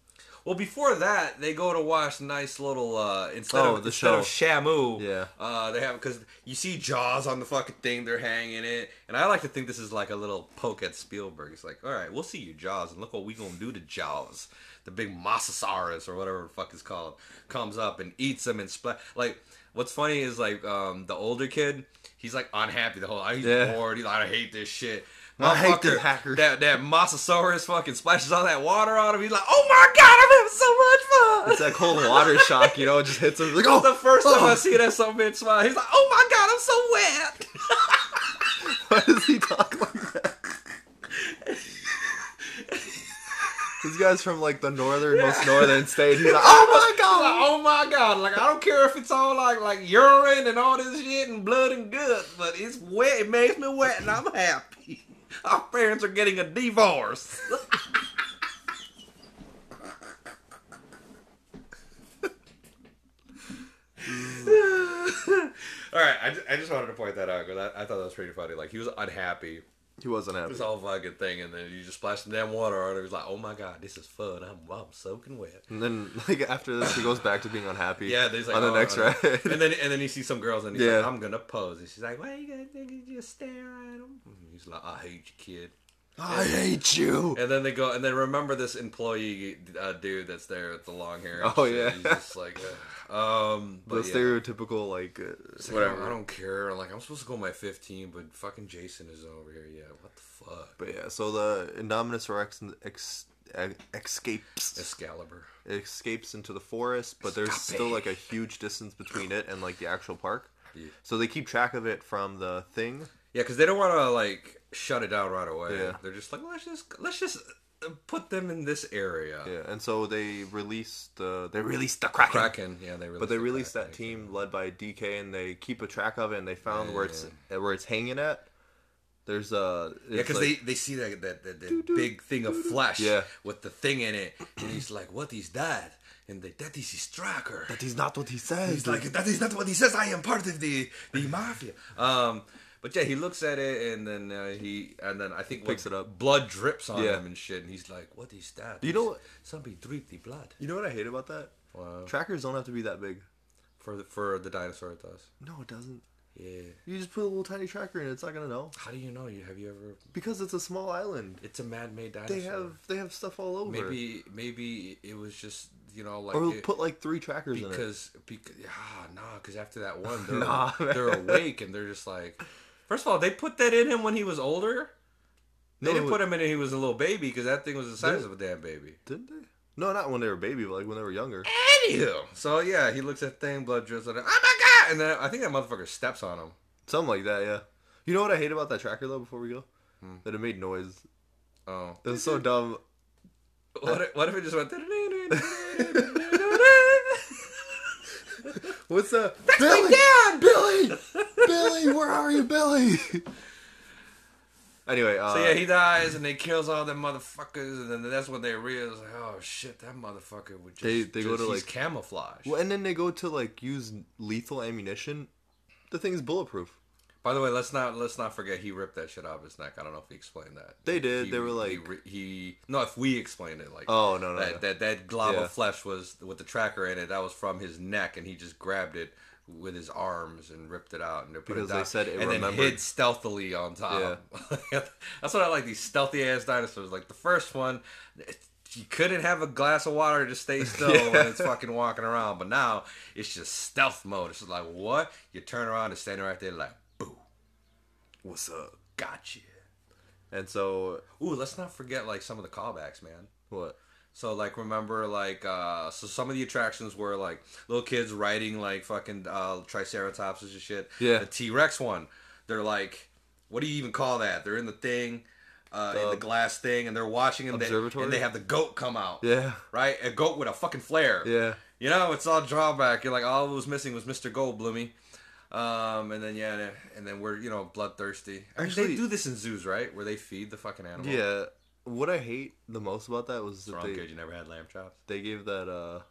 A: Well, before that, they go to watch nice little uh, instead
B: Oh,
A: of
B: the
A: instead of Shamu.
B: Yeah.
A: uh, they have because you see Jaws on the fucking thing. They're hanging it, and I like to think this is like a little poke at Spielberg. It's like, all right, we'll see you Jaws, and look what we gonna do to Jaws. The big Mosasaurus or whatever the fuck it's called comes up and eats him and splat. Like, what's funny is like um, the older kid. He's like unhappy the whole. He's
B: Yeah.
A: bored. He's like, I hate this shit.
B: I hate this
A: Motherfucker,
B: hacker.
A: That that Mosasaurus fucking splashes all that water on him. He's like, oh my god, I'm having
B: It's
A: so much fun.
B: that cold water shock, you know, it just hits him. Like,
A: the
B: oh,
A: first time I
B: Oh.
A: see that some bitch smile, he's like, oh my god, I'm so wet.
B: why does he talk like that? this guy's from like the northernmost northern state. He's like, oh my
A: Like,
B: god!
A: oh my god, like I don't care if it's all like like urine and all this shit and blood and guts, but it's wet. It makes me wet, and I'm happy. Our parents are getting a divorce. All right, I just, I just wanted to point that out because I, I thought that was pretty funny. Like he was unhappy,
B: He wasn't happy.
A: this whole fucking thing, and then you just splash some damn water on it. He's like, "Oh my god, this is fun. I'm, I'm soaking wet."
B: And then like after this, he goes back to being unhappy.
A: Yeah, there's like
B: on the
A: oh,
B: next
A: oh.
B: ride.
A: and then and then you see some girls, and he's
B: Yeah.
A: like, "I'm gonna pose," and she's like, "Why you gonna think you just stare at him?" And he's like, "I hate you, kid."
B: I hate you.
A: And then they go, and then remember this employee uh, dude that's there with the long hair. and
B: Oh,
A: shit.
B: yeah.
A: he's just like, uh, um,
B: The
A: but yeah.
B: stereotypical like uh,
A: It's like, I
B: whatever.
A: don't, I don't care. Like I'm supposed to go my 15, but fucking Jason is over here. Yeah, what the fuck?
B: But yeah, so the Indominus Rex ex, ex, escapes.
A: Excalibur.
B: it escapes into the forest, but there's
A: Stop
B: still
A: it.
B: like a huge distance between it and like the actual park.
A: Yeah.
B: So they keep track of it from the thing.
A: Yeah, because they don't want to like shut it down right away.
B: Yeah.
A: They're just like, let's just let's just put them in this area.
B: Yeah, and so they released the they released the Kraken,
A: Kraken, yeah, they released
B: but they
A: the
B: released
A: Kraken.
B: that team led by DK, and they keep a track of it, and they found where it's uh, where it's hanging at. There's uh, a
A: Yeah, because they, they see that that, that, that big thing of flesh
B: Yeah.
A: with the thing in it, and he's like, "What is that?" And they, that is his tracker.
B: that is not what he says.
A: He's like, "That is not what he says. I am part of the the mafia." Um, but yeah, he looks at it, and then uh, he and then I think
B: Picks
A: what-
B: it up.
A: Blood drips on
B: Yeah.
A: him and shit, and he's like, "What is that?"
B: You know what-
A: Somebody dripped the blood
B: you know what I hate about that?
A: Wow.
B: Trackers don't have to be that big.
A: for the, for the dinosaur. It does.
B: No, it doesn't.
A: Yeah.
B: You just put a little tiny tracker in, it's not gonna know
A: How do you know? You have you ever?
B: because it's a small island.
A: It's a man-made dinosaur.
B: They have they have stuff all over.
A: maybe maybe it was just you know like
B: or
A: it-
B: put like three trackers in it.
A: because because ah nah because after that one they're
B: Nah, man.
A: they're awake and they're just like first of all they put that in him when he was older they
B: No,
A: didn't
B: it-
A: put him in when he was a little baby because that thing was the size
B: They-
A: of a damn baby
B: Didn't they? No, not when they were baby, but like when they were younger.
A: anywho so yeah he looks at thing blood drips on him oh my god and then I think that motherfucker steps on him
B: Something like that, yeah. You know what I hate about that tracker though? Before we go, that it made noise.
A: oh
B: It was so dumb.
A: what if, what if it just went
B: What's that?
A: Billy down
B: Billy, Billy, where are you, Billy? anyway, uh,
A: So yeah, he dies and they kills all them motherfuckers, and then that's when they realize, like, oh shit, that motherfucker would just
B: They- they go
A: just-
B: to,
A: he's
B: like-
A: camouflage.
B: well, and then they go to like use lethal ammunition. The thing's bulletproof.
A: By the way, let's not let's not forget he ripped that shit out of his neck. I don't know if he explained that.
B: They did.
A: He-
B: They were
A: he
B: like-
A: re- he no, if we explained it like
B: Oh no no,
A: that,
B: no.
A: that that glob
B: Yeah.
A: of flesh was with the tracker in it. That was from his neck, and he just grabbed it with his arms and ripped it out and they put
B: Because
A: it
B: they
A: down
B: said it
A: and then
B: remembered.
A: hid stealthily on top. That's what I like these stealthy ass dinosaurs. Like the first one, it, you couldn't have a glass of water to stay still when it's fucking walking around. But now it's just stealth mode. It's just like what you turn around and standing right there like boo,
B: What's up?
A: gotcha.
B: And so
A: Ooh, let's not forget like some of the callbacks, man.
B: what?
A: So like remember like uh so some of the attractions were like little kids riding like fucking uh triceratopses and shit.
B: Yeah.
A: The T Rex one. They're like what do you even call that? They're in the thing, uh in
B: The
A: the glass thing and they're watching and they,
B: observatory?
A: and they have the goat come out.
B: Yeah,
A: Right? A goat with a fucking flare.
B: yeah.
A: You know, it's all drawback. You're like all that was missing was Mr. Goldblummy. Um and then yeah, and then we're, you know, bloodthirsty. I mean,
B: Actually-
A: they do this in zoos, right? Where they feed the fucking animal.
B: Yeah. What I hate the most about that was that
A: Wrong
B: they,
A: kid, you never had lamb chops.
B: they gave that uh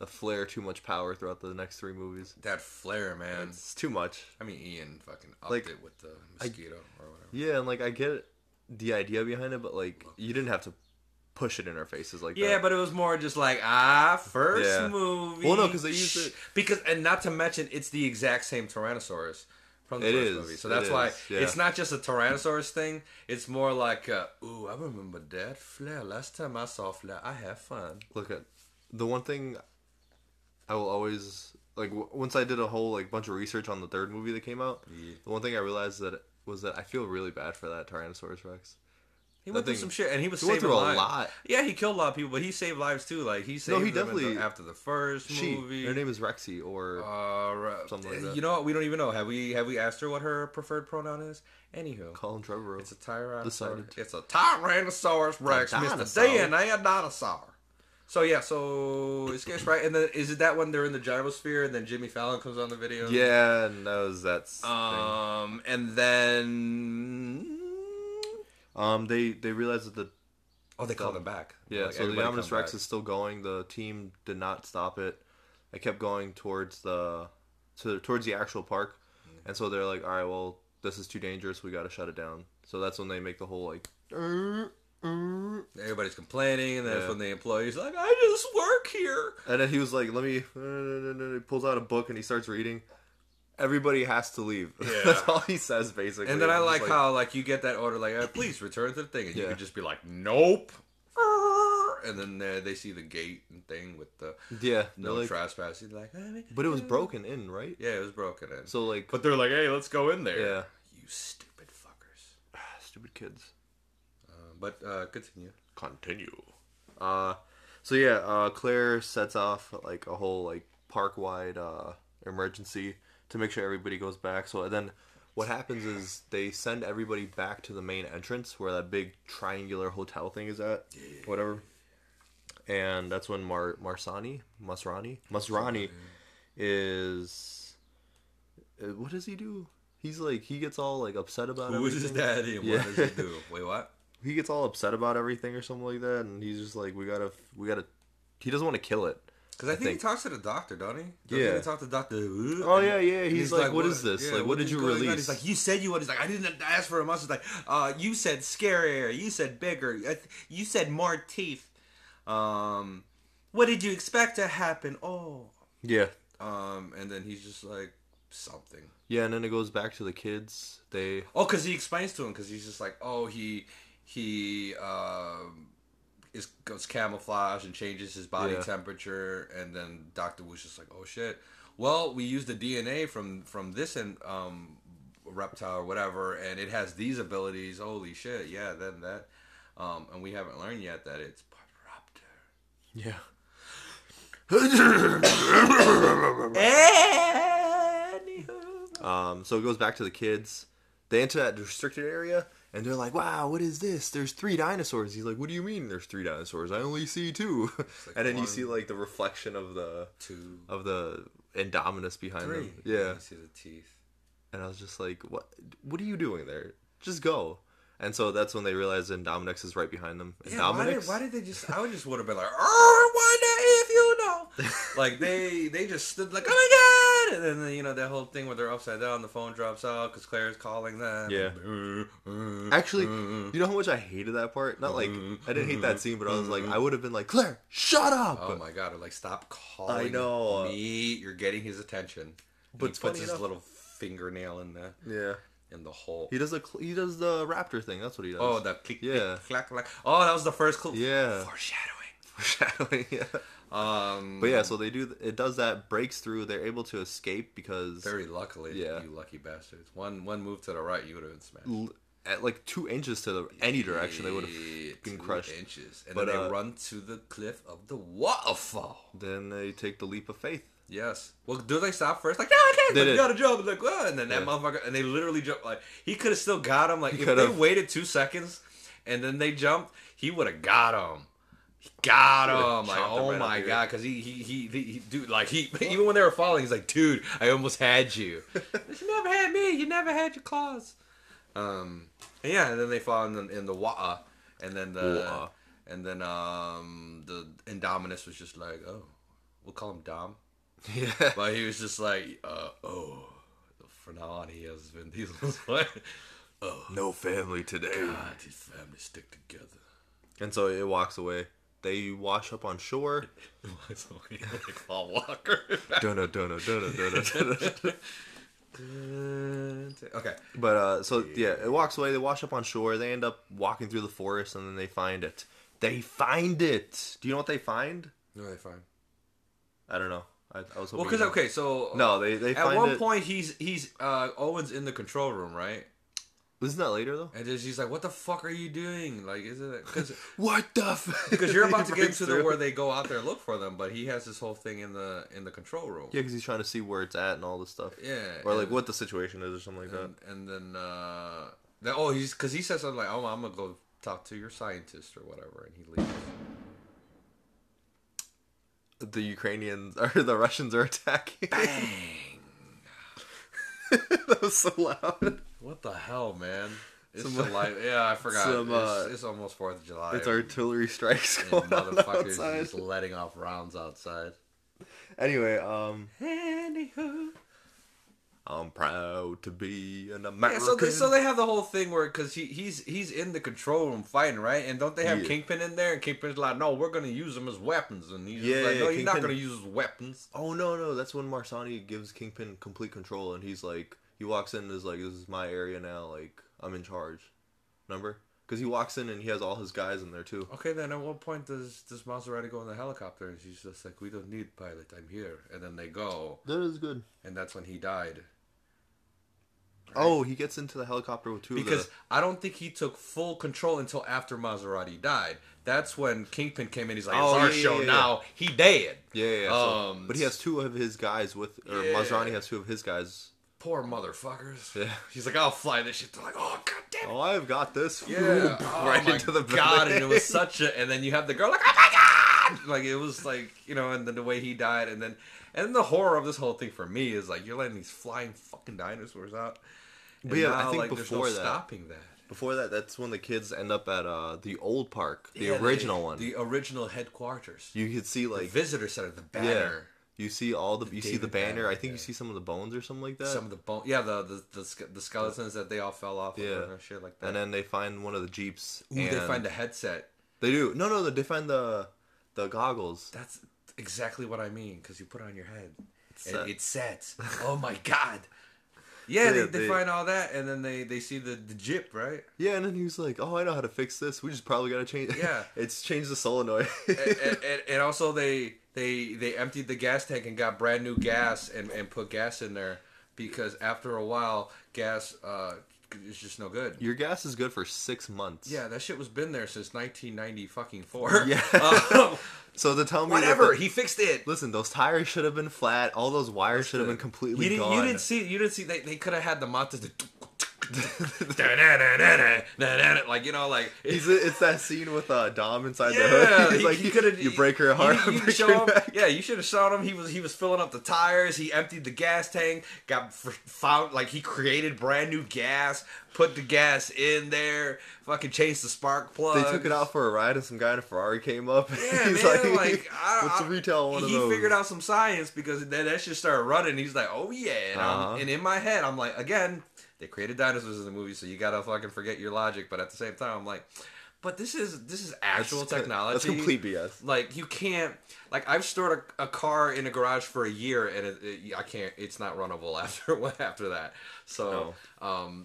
B: the flair too much power throughout the next three movies.
A: That flare, man.
B: It's too much.
A: I mean, Ian fucking upped
B: Like,
A: it with the mosquito or whatever.
B: Yeah, and like I get the idea behind it, but like you didn't have to push it in our faces like
A: Yeah,
B: that.
A: but it was more just like ah, first
B: Yeah.
A: movie.
B: Well, no, 'cause they used
A: Shh.
B: it-
A: because, and not to mention, it's the exact same Tyrannosaurus from the
B: It
A: first
B: is,
A: movie. So
B: it
A: that's why
B: is, yeah.
A: it's not just a Tyrannosaurus thing. It's more like, uh, ooh, I remember that flare. Last time I saw flare, I had fun.
B: Look at the one thing I will always like. W- once I did a whole like bunch of research on the third movie that came out,
A: Yeah.
B: the one thing I realized that was that I feel really bad for that Tyrannosaurus Rex.
A: He went through
B: thing-
A: some shit, and he was
B: he went
A: saving
B: through a
A: lives.
B: lot.
A: Yeah, he killed a lot of people, but he saved lives too. Like he saved
B: he
A: them in the-
B: definitely-
A: after the first
B: She,
A: movie.
B: her name is Rexy, or
A: Uh, right.
B: Something like that.
A: You know what? We don't even know. Have we have we asked her what her preferred pronoun is? Anywho,
B: Colin Trevorrow.
A: it's a tyrannosaurus.
B: Decided.
A: It's a tyrannosaurus rex, Mister
B: dinosaur.
A: DNA dinosaur. So yeah, so it's gets right, and then is it that when they're in the gyrosphere, and then Jimmy Fallon comes on the video?
B: yeah, and that was that's.
A: Um, and then
B: Um, they they realized that the
A: oh, they called him back.
B: yeah,
A: Like,
B: so the
A: everybody
B: Dominus
A: come
B: Rex
A: back.
B: is still going. The team did not stop it. They kept going towards the to towards the actual park,
A: Mm.
B: and so they're like, all right, well, this is too dangerous. We got to shut it down. So that's when they make the whole like. "Er, er,"
A: everybody's complaining, and then that's
B: Yeah.
A: when the employee's like, "I just work here."
B: And then he was like, "Let me." He pulls out a book and he starts reading. Everybody has to leave. that's all he says basically.
A: And then I
B: It's
A: like, how like you get that order like, uh, please return to the thing, and you
B: Yeah.
A: could just be like, nope. And then uh, they see the gate and thing with the
B: yeah,
A: no
B: no like,
A: trespassing. Like,
B: but it was broken in, right?
A: yeah, it was broken in.
B: So like,
A: but they're like, hey, let's go in there.
B: yeah,
A: You stupid fuckers.
B: stupid kids.
A: Uh, but uh, continue.
B: continue. Uh, so yeah, uh, Claire sets off like a whole like park wide uh, emergency to make sure everybody goes back. So then what happens is they send everybody back to the main entrance where that big triangular hotel thing is at, whatever. And that's when Mar Marsani Masrani Masrani is uh, what does he do? He's like he gets all like upset about
A: Who is his
B: everything.
A: daddy and
B: Yeah.
A: what does he do? Wait, what?
B: He gets all upset about everything or something like that, and he's just like we gotta we gotta. He doesn't want to kill it.
A: Because I, think
B: think-
A: he talks to the doctor, don't he? Doesn't
B: Yeah.
A: He talk to Doctor.
B: Oh yeah, yeah. He's, like, what is this? like, what did you release?
A: He's like, you said you would. He's like, I didn't ask for a mustache. Like, uh, you said scarier. You said bigger. I th- You said more teeth. Um, what did you expect to happen? Oh.
B: yeah,
A: Um, and then he's just like something.
B: yeah. And then it goes back to the kids. They
A: Oh, because he explains to him because he's just like, oh, he he um is goes camouflage and changes his body
B: Yeah.
A: temperature, and then Doctor Wu's just like, oh shit. Well, we used the DNA from from this and um, reptile or whatever, and it has these abilities. Holy shit! Yeah, then that, um, and we haven't learned yet that it's
B: yeah.
A: Raptor. Anywho.
B: Um, so it goes back to the kids. They enter that restricted area and they're like, "Wow, what is this? There's three dinosaurs." He's like, "What do you mean there's three dinosaurs? I only see two.
A: like
B: and then you
A: one-
B: see like the reflection of the
A: Two,
B: of the Indominus behind
A: three.
B: them. Oh, Yeah.
A: you see the teeth.
B: And I was just like, "What? What are you doing there? Just go." And so that's when they realize Indominus is right behind them.
A: Yeah, why
B: Indominus?
A: did, why did they just? I would just would have been like, "Er, wonder if you know." like they they just stood like, "Oh my god!" And then you know that whole thing where they're upside down, the phone drops out because Claire's calling them. uh,
B: Yeah.
A: Yeah.
B: Actually,
A: uh,
B: you know how much I hated that part? Not like I didn't hate that scene, but I was like, I would have been like, Claire, shut up.
A: Mm-hmm. Oh my god! Or like, stop calling.
B: I know. uh,
A: me. You're getting his attention.
B: But
A: But he
B: it's
A: puts
B: funny
A: his
B: enough-
A: little fingernail in the
B: Yeah.
A: in the hole.
B: He does a cl- he does the raptor thing. That's what he does.
A: Oh, the click,
B: Yeah.
A: click, clack, clack. Oh, that was the first clue.
B: yeah.
A: Foreshadowing.
B: Foreshadowing. Yeah.
A: Um,
B: But yeah, so they do. It does that. Breaks through. They're able to escape because
A: very luckily,
B: Yeah.
A: you lucky bastards. One one move to the right, you would have been smashed.
B: l- at like two inches to the any direction they would have
A: Yeah,
B: been
A: two
B: crushed.
A: Inches, and
B: But,
A: then they
B: uh,
A: run to the cliff of the waterfall.
B: Then they take the leap of faith.
A: Yes. Well, do they stop first? Like, no, I can't.
B: They
A: Like,
B: did.
A: you gotta jump. And Like, "Ah," and then that
B: Yeah.
A: motherfucker, and they literally jumped. Like, he could have still got him. Like, if
B: could
A: they
B: have.
A: waited two seconds, and then they jumped, he would have got him. He Got
B: He would've
A: him! Like,
B: chopped him
A: oh
B: right
A: my
B: up
A: god! Because he, he, he, he, he, dude, like he, even when they were falling, he's like, dude, I almost had you. you never had me. You never had your claws. Um, and yeah, and then they fall in the, in the water, and then the,
B: Wah.
A: and then um, the Indominus was just like, oh, we'll call him Dom.
B: Yeah.
A: But he was just like, uh, oh. From now on, he has Vin Diesel's like, oh,
B: No family today.
A: God, these families stick together.
B: And so it walks away. They wash up on shore.
A: So he like Paul Walker.
B: Dunno, dunno, dunno, dunno, dunno.
A: okay.
B: But uh, so yeah, it walks away. They wash up on shore. They end up walking through the forest, and then they find it. They find it. Do you know what they find?
A: No, they fine.
B: I don't know. I, I was hoping
A: Well,
B: you
A: because
B: know.
A: okay, so
B: no, they they
A: at
B: find
A: one
B: it.
A: point he's he's uh Owen's in the control room, right?
B: Isn't that later though?
A: And then she's like, "What the fuck are you doing? Like, is it because
B: What the? F-
A: because you're about to get
B: Breaks
A: into the
B: through.
A: where they go out there and look for them, but he has this whole thing in the in the control room.
B: Yeah, because he's trying to see where it's at and all this stuff,
A: yeah
B: or like
A: and-
B: what the situation is or something like
A: and, Um, and then uh then- oh he's because he says something like oh i'm gonna go talk to your scientist or whatever and he leaves
B: that. The Ukrainians or the Russians are attacking. that was so loud.
A: what the hell man it's
B: Some, uh,
A: july yeah i forgot
B: some, uh,
A: it's, it's almost fourth of july
B: It's artillery strikes
A: and
B: going on
A: motherfuckers are
B: outside.
A: just letting off rounds outside
B: Anyway, um,
A: Anywho.
B: I'm proud to be an
A: Yeah,
B: American.
A: so they, so they have the whole thing where because he, he's he's in the control room fighting right, and don't they have
B: Yeah.
A: Kingpin in there? And Kingpin's like, no, we're gonna use them as weapons, and he's just
B: Yeah,
A: like,
B: yeah,
A: no, you're not
B: Kingpin-
A: gonna use his weapons.
B: Oh no, no, that's when Marsani gives Kingpin complete control, and he's like, he walks in and is like, "This is my area now. Like, I'm in charge." Remember? Because he walks in and he has all his guys in there too.
A: Okay, then at what point does does Maserati go in the helicopter and she's just like, "We don't need pilot, I'm here," and then they go,
B: That is good.
A: and that's when he died.
B: Oh, he gets into the helicopter with two
A: Because
B: of the.
A: I don't think he took full control until after Maserati died. That's when Kingpin came in. He's like, "It's
B: Oh,
A: our
B: yeah, yeah,
A: show
B: yeah,
A: now. He dead."
B: Yeah, yeah. yeah so-
A: Um,
B: but he has two of his guys with, or
A: Yeah.
B: Masrani has two of his guys
A: Poor motherfuckers.
B: Yeah.
A: He's like, I'll fly this shit. They're like, oh god damn it.
B: Oh, I've got this.
A: Yeah. Oh,
B: right
A: my
B: into the
A: God,
B: building.
A: and it was such a. And then you have the girl like, oh my god, like it was like you know, and then the way he died, and then and then the horror of this whole thing for me is like you're letting these flying fucking dinosaurs out.
B: But yeah, I think
A: there's
B: before that-
A: stopping that.
B: Before that, that's when the kids end up at uh, the old park, the
A: Yeah,
B: original one.
A: the original headquarters,
B: you could see
A: the
B: like
A: visitor center, the banner.
B: you see all the, you see the
A: David
B: banner.
A: Banner,
B: I think you
A: yeah.
B: see some of the bones or something like that.
A: Some of the bone, yeah, the the the, ske- the skeletons that they all fell off, of
B: Yeah.
A: and shit like that.
B: and then they find one of the jeeps.
A: Ooh,
B: and
A: they find a headset.
B: They do. No, no, they find the the goggles.
A: That's exactly what I mean because you put it on your head.
B: set.
A: And it sets. oh my god. Yeah, they,
B: Yeah,
A: they,
B: they-
A: find all that and then they, they see the, the jip, right?
B: Yeah, and then he was like, "Oh, I know how to fix this. We just probably gotta change.
A: Yeah.
B: it's change the solenoid.
A: and, and, and also they they they emptied the gas tank and got brand new gas and, and put gas in there because after a while gas uh, is just no good.
B: Your gas is good for six months.
A: Yeah, that shit was been there since 1990 fucking four.
B: Yeah.
A: Um,
B: So to tell me that
A: whatever,
B: the-
A: he fixed it.
B: listen, those tires should have been flat. All those wires should have been completely
A: you didn't,
B: gone.
A: You didn't see. You didn't see. They, they could have had the monsters. like you know, like
B: He's, it's that scene with uh, Dom inside the
A: yeah,
B: hood. He's
A: he-
B: like,
A: he coulda-
B: you break her heart,
A: You, you
B: break
A: show
B: her
A: him-
B: back."
A: yeah, you should have shown him. He was he was filling up the tires. He emptied the gas tank. Got f- found like he created brand new gas. Put the gas in there. Fucking changed the spark plug.
B: They took it out for a ride, and some guy in a Ferrari came up. and
A: Yeah,
B: he's
A: man, like, I,
B: what's
A: I,
B: the retail on one
A: he
B: of those?
A: figured out some science because then that shit started running. He's like, oh yeah, and, I'm-
B: Uh-huh.
A: and in my head, I'm like, again, they created dinosaurs in the movie, so you gotta fucking forget your logic. But at the same time, I'm like, but this is this is actual
B: That's-
A: technology.
B: That's complete BS.
A: Like you can't. Like I've stored a, a car in a garage for a year, and it, it, I can't. It's not runnable after what after that. So, um,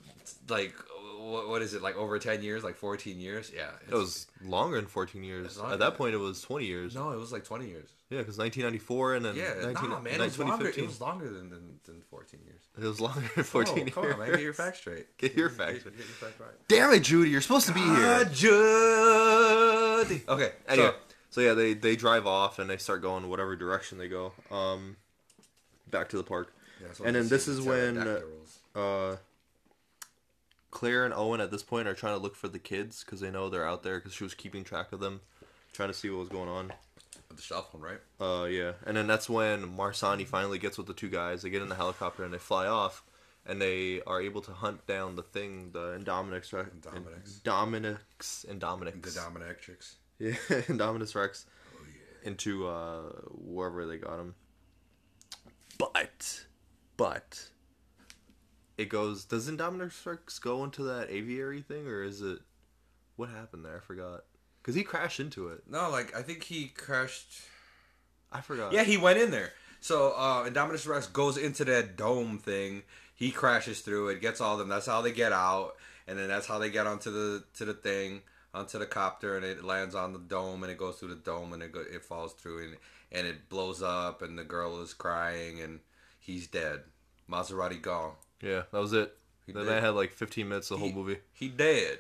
A: like, what, what is it? Like over ten years? Like fourteen years? Yeah.
B: It was longer than 14 years.
A: It's longer.
B: At that point, it was 20 years.
A: no, it was like twenty years.
B: Yeah, because 1994 and then
A: Yeah,
B: 19,
A: nah, man, it
B: nine-
A: was longer. It
B: 2015.
A: was longer than than, than fourteen years.
B: It was longer than 14
A: oh, come
B: years.
A: on, man, get your facts straight.
B: Get your facts
A: Get,
B: straight.
A: get your facts right.
B: Damn it, Judy, you're supposed to be here.
A: Judy. Okay,
B: Anyway,
A: so
B: so, yeah, they they drive off and they start going whatever direction they go. Um, back to the park.
A: Yeah, that's what
B: and
A: they
B: then this
A: see,
B: is when
A: pterodactyls.
B: uh, Claire and Owen at this point are trying to look for the kids because they know they're out there because she was keeping track of them, trying to see what was going on. Oh,
A: the shop one, right?
B: Uh, yeah, and then that's when Marsani finally gets with the two guys. They get in the helicopter and they fly off, and they are able to hunt down the thing, the Indominus, Re-
A: Indominus.
B: Dominix, Indominix,
A: The dominatrix.
B: yeah, Indominus Rex into uh, wherever they got him. But, but, it goes. Does Indominus Rex go into that aviary thing, or is it? What happened there? I forgot. Cause he crashed into it.
A: No, like I think he crashed.
B: I forgot.
A: Yeah, he went in there. So uh, Indominus Rex goes into that dome thing. He crashes through it, gets all of them. That's how they get out, and then that's how they get onto the to the thing, onto the copter, and it lands on the dome, and it goes through the dome, and it go, it falls through, and and it blows up, and the girl is crying, and he's dead. Maserati gone.
B: Yeah, that was it. then
A: did.
B: I had like 15 minutes the whole
A: He-
B: movie.
A: He dead.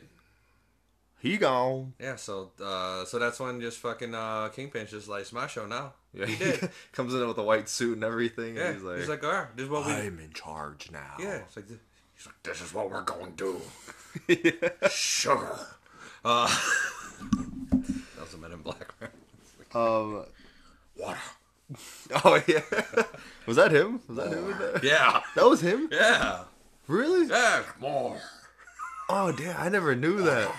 B: He gone.
A: Yeah. So uh, so that's when just fucking uh, Kingpin's just like smash show now.
B: Yeah,
A: He
B: he
A: did.
B: comes in with a white suit and everything.
A: Yeah.
B: And he's like,
A: all right, this is what we.
B: I'm in charge now.
A: Yeah. It's like th- he's like, this is what we're gonna do.
B: Yeah.
A: Sugar. Uh, that was a Men in Black.
B: um.
A: Water.
B: Oh yeah. was that him? Was that him? in there?
A: Yeah.
B: That was him.
A: Yeah.
B: Really?
A: Yeah. More.
B: Oh damn! I never knew that.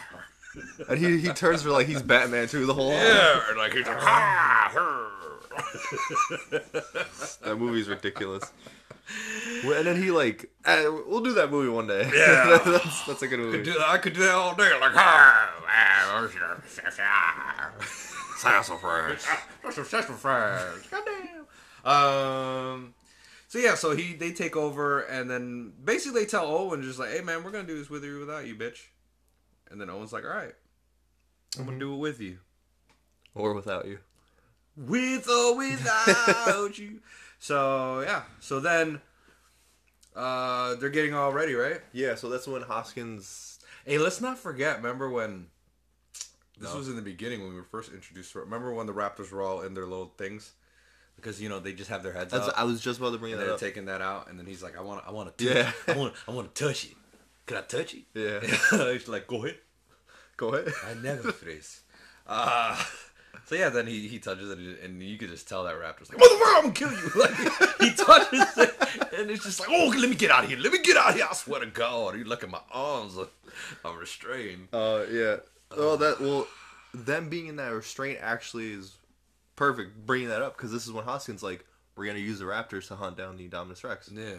B: And he, he turns for like he's Batman too the whole
A: Yeah. And like he's like, ah, her.
B: That movie's ridiculous. Well, And then he like eh, we'll do that movie one day.
A: Yeah.
B: that's, that's a good movie.
A: Dude, I could do that all day. Like, ah, ah, oh, sure, sure, sure.
B: Sassafras.
A: That's some sassafras. Goddamn. Um. So yeah, so he they take over and then basically they tell Owen just like, hey man, we're gonna do this with you or without you, bitch. And then Owen's like, all right, I'm gonna do it with you,
B: Or without you.
A: with or without you. So yeah, so then uh they're getting all ready, right?
B: Yeah. So that's when Hoskins.
A: Hey, let's not forget. Remember when this
B: No.
A: was in the beginning when we were first introduced. to it. Remember when the Raptors were all in their little things, because you know they just have their heads
B: That's,
A: up
B: I was just about to bring
A: uh, and
B: that
A: they're
B: up.
A: taking that out, and then he's like, "I want, I want to touch,
B: Yeah.
A: I want, I want to touch it. Can I touch it?"
B: Yeah.
A: he's like, "Go ahead."
B: Go ahead.
A: I never freeze. Uh, so yeah, then he, he touches it, and you could just tell that raptor's like, "Motherfucker, I'm gonna kill you!" Like he touches it, and it's just like, "Oh, let me get out of here! Let me get out of here! I swear to God, you look at my arms, I'm restrained."
B: Uh, yeah. Oh, that well, them being in that restraint actually is perfect. Bringing that up because this is when Hoskins like we're gonna use the Raptors to hunt down the Indominus Rex.
A: Yeah,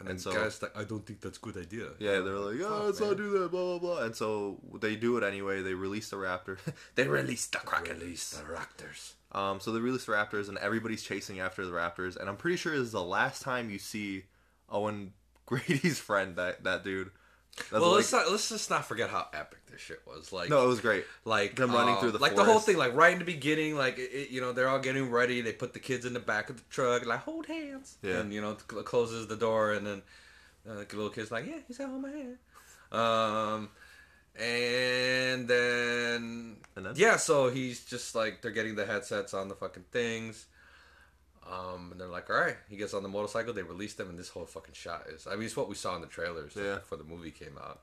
A: and then
B: so-
A: guys like, "I don't think that's a good idea."
B: Yeah, they're like, oh, let's
A: man.
B: not do that, blah blah blah. And so they do it anyway. They release the raptor. they release the kraken.
A: Release the raptors.
B: Um, so they release the raptors, and everybody's chasing after the raptors. And I'm pretty sure this is the last time you see Owen Grady's friend, that that dude. That's
A: Well,
B: like-
A: let's not let's just not forget how epic this shit was. Like,
B: no, it was great.
A: like
B: Them running
A: uh,
B: through the
A: like the whole
B: forest.
A: thing like right in the beginning like it, it- you know they're all getting ready they put the kids in the back of the truck like hold hands
B: Yeah.
A: and you know cl- closes the door and then uh, the little kid's like yeah he's hold my hand um and then,
B: And then?
A: yeah so he's just like they're getting the headsets on the fucking things um, and they're like, all right, he gets on the motorcycle. They release them, and this whole fucking shot is. I mean, it's what we saw in the trailers like,
B: Yeah.
A: before the movie came out.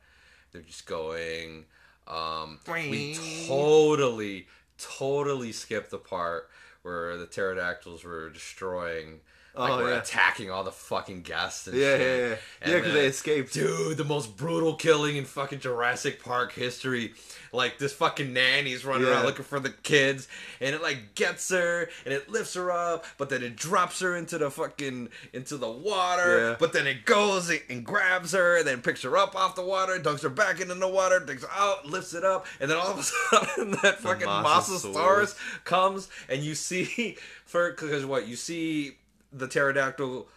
A: They're just going. Um, we
B: Whee.
A: totally, totally skipped the part where the pterodactyls were destroying, like,
B: Oh,
A: were
B: yeah.
A: attacking all the fucking guests and
B: Yeah, yeah,
A: shit.
B: yeah, yeah.
A: And
B: Because they
A: then-
B: escaped.
A: Dude, the most brutal killing in fucking Jurassic Park history. Like this fucking nanny's running
B: Yeah.
A: around looking for the kids, and it like gets her, and it lifts her up, but then it drops her into the fucking into the water.
B: Yeah.
A: But then it goes and- and grabs her, and then picks her up off the water, dunks her back into the water, digs her out, lifts it up, and then all of a sudden that fucking
B: Mosasaurus.
A: Mosasaurus comes, and you see for because what you see the pterodactyl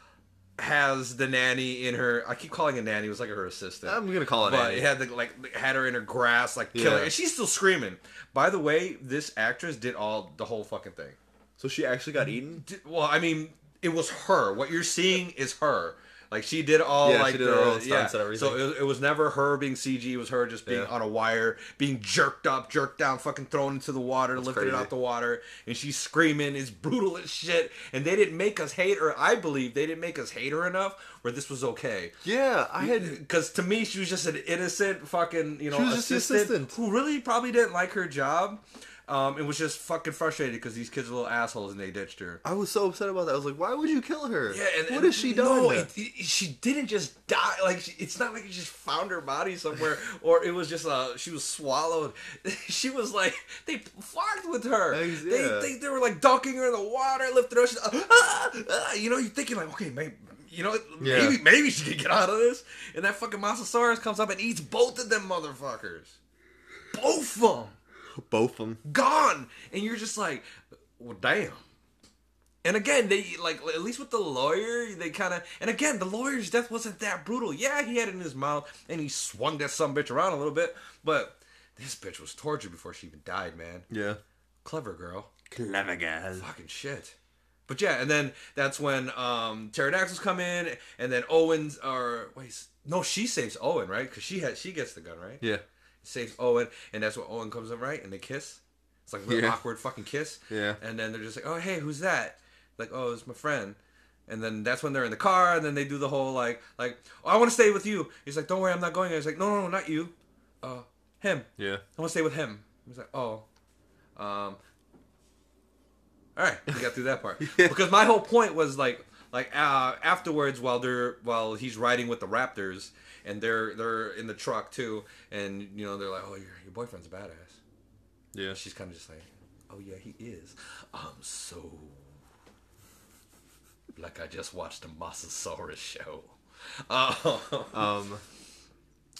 A: has the nanny in her. I keep calling it nanny. It was like her assistant.
B: I'm gonna call it.
A: but
B: Andy.
A: it had the, like had her in her grass, like killing,
B: Yeah.
A: and she's still screaming. By the way, this actress did all the whole fucking thing.
B: so she actually got eaten.
A: Did, well, I mean, it was her. What you're seeing is her. Like she did all
B: Yeah, she
A: like
B: did
A: the,
B: her own stunts
A: yeah.
B: and everything.
A: So it, was- it was never her being CG. It was her just being
B: Yeah.
A: on a wire, being jerked up, jerked down, fucking thrown into the water, lifted
B: crazy.
A: out the water, and she's screaming. It's brutal as shit. And they didn't make us hate her. I believe they didn't make us hate her enough where this was okay.
B: Yeah, I had.
A: Because to me, she was just an innocent fucking, you know,
B: was just the
A: assistant,
B: assistant.
A: who really probably didn't like her job. Um, and was just fucking frustrated because these kids are little assholes and they ditched her.
B: I was so upset about that. I was like, why would you kill her?
A: Yeah, and,
B: what
A: and-
B: has she done?
A: No, it, it- she didn't just die. Like she, it's not like she just found her body somewhere, or it was just uh she was swallowed. she was like they fucked with her.
B: Ex- yeah.
A: They, they they were like dunking her in the water, lifted her. She's, uh, ah, ah, you know, you're thinking like, okay, maybe. You know,
B: Yeah.
A: maybe maybe she can get out of this. And that fucking Mosasaurus comes up and eats both of them motherfuckers. Both of them
B: Both of them.
A: gone and you're just like well damn and again they like at least with the lawyer they kind of and again the lawyer's death wasn't that brutal yeah he had it in his mouth and he swung that some bitch around a little bit but this bitch was tortured before she even died man
B: Yeah.
A: clever girl
B: Clever guys.
A: fucking shit but yeah and then that's when um pterodactyls come in and then owen's or wait no she saves owen right because she has she gets the gun right
B: Yeah.
A: saves Owen, and that's when Owen comes in, right? And they kiss. It's like a little
B: Yeah.
A: awkward fucking kiss.
B: Yeah.
A: And then they're just like, oh, hey, who's that? Like, oh, it's my friend. And then that's when they're in the car, and then they do the whole like, like, oh, I want to stay with you. He's like, don't worry, I'm not going. I was like, no, no, no, not you. Uh, him.
B: Yeah.
A: I want to stay with him. He's like, oh, um, all right, we got through that part because my whole point was like, like uh, afterwards, while they're while he's riding with the Raptors and they're they're in the truck too, and you know they're like, oh, your your boyfriend's a badass.
B: Yeah.
A: And she's kind of just like, oh yeah, he is. I'm so like I just watched the Mosasaurus show. Uh,
B: Um,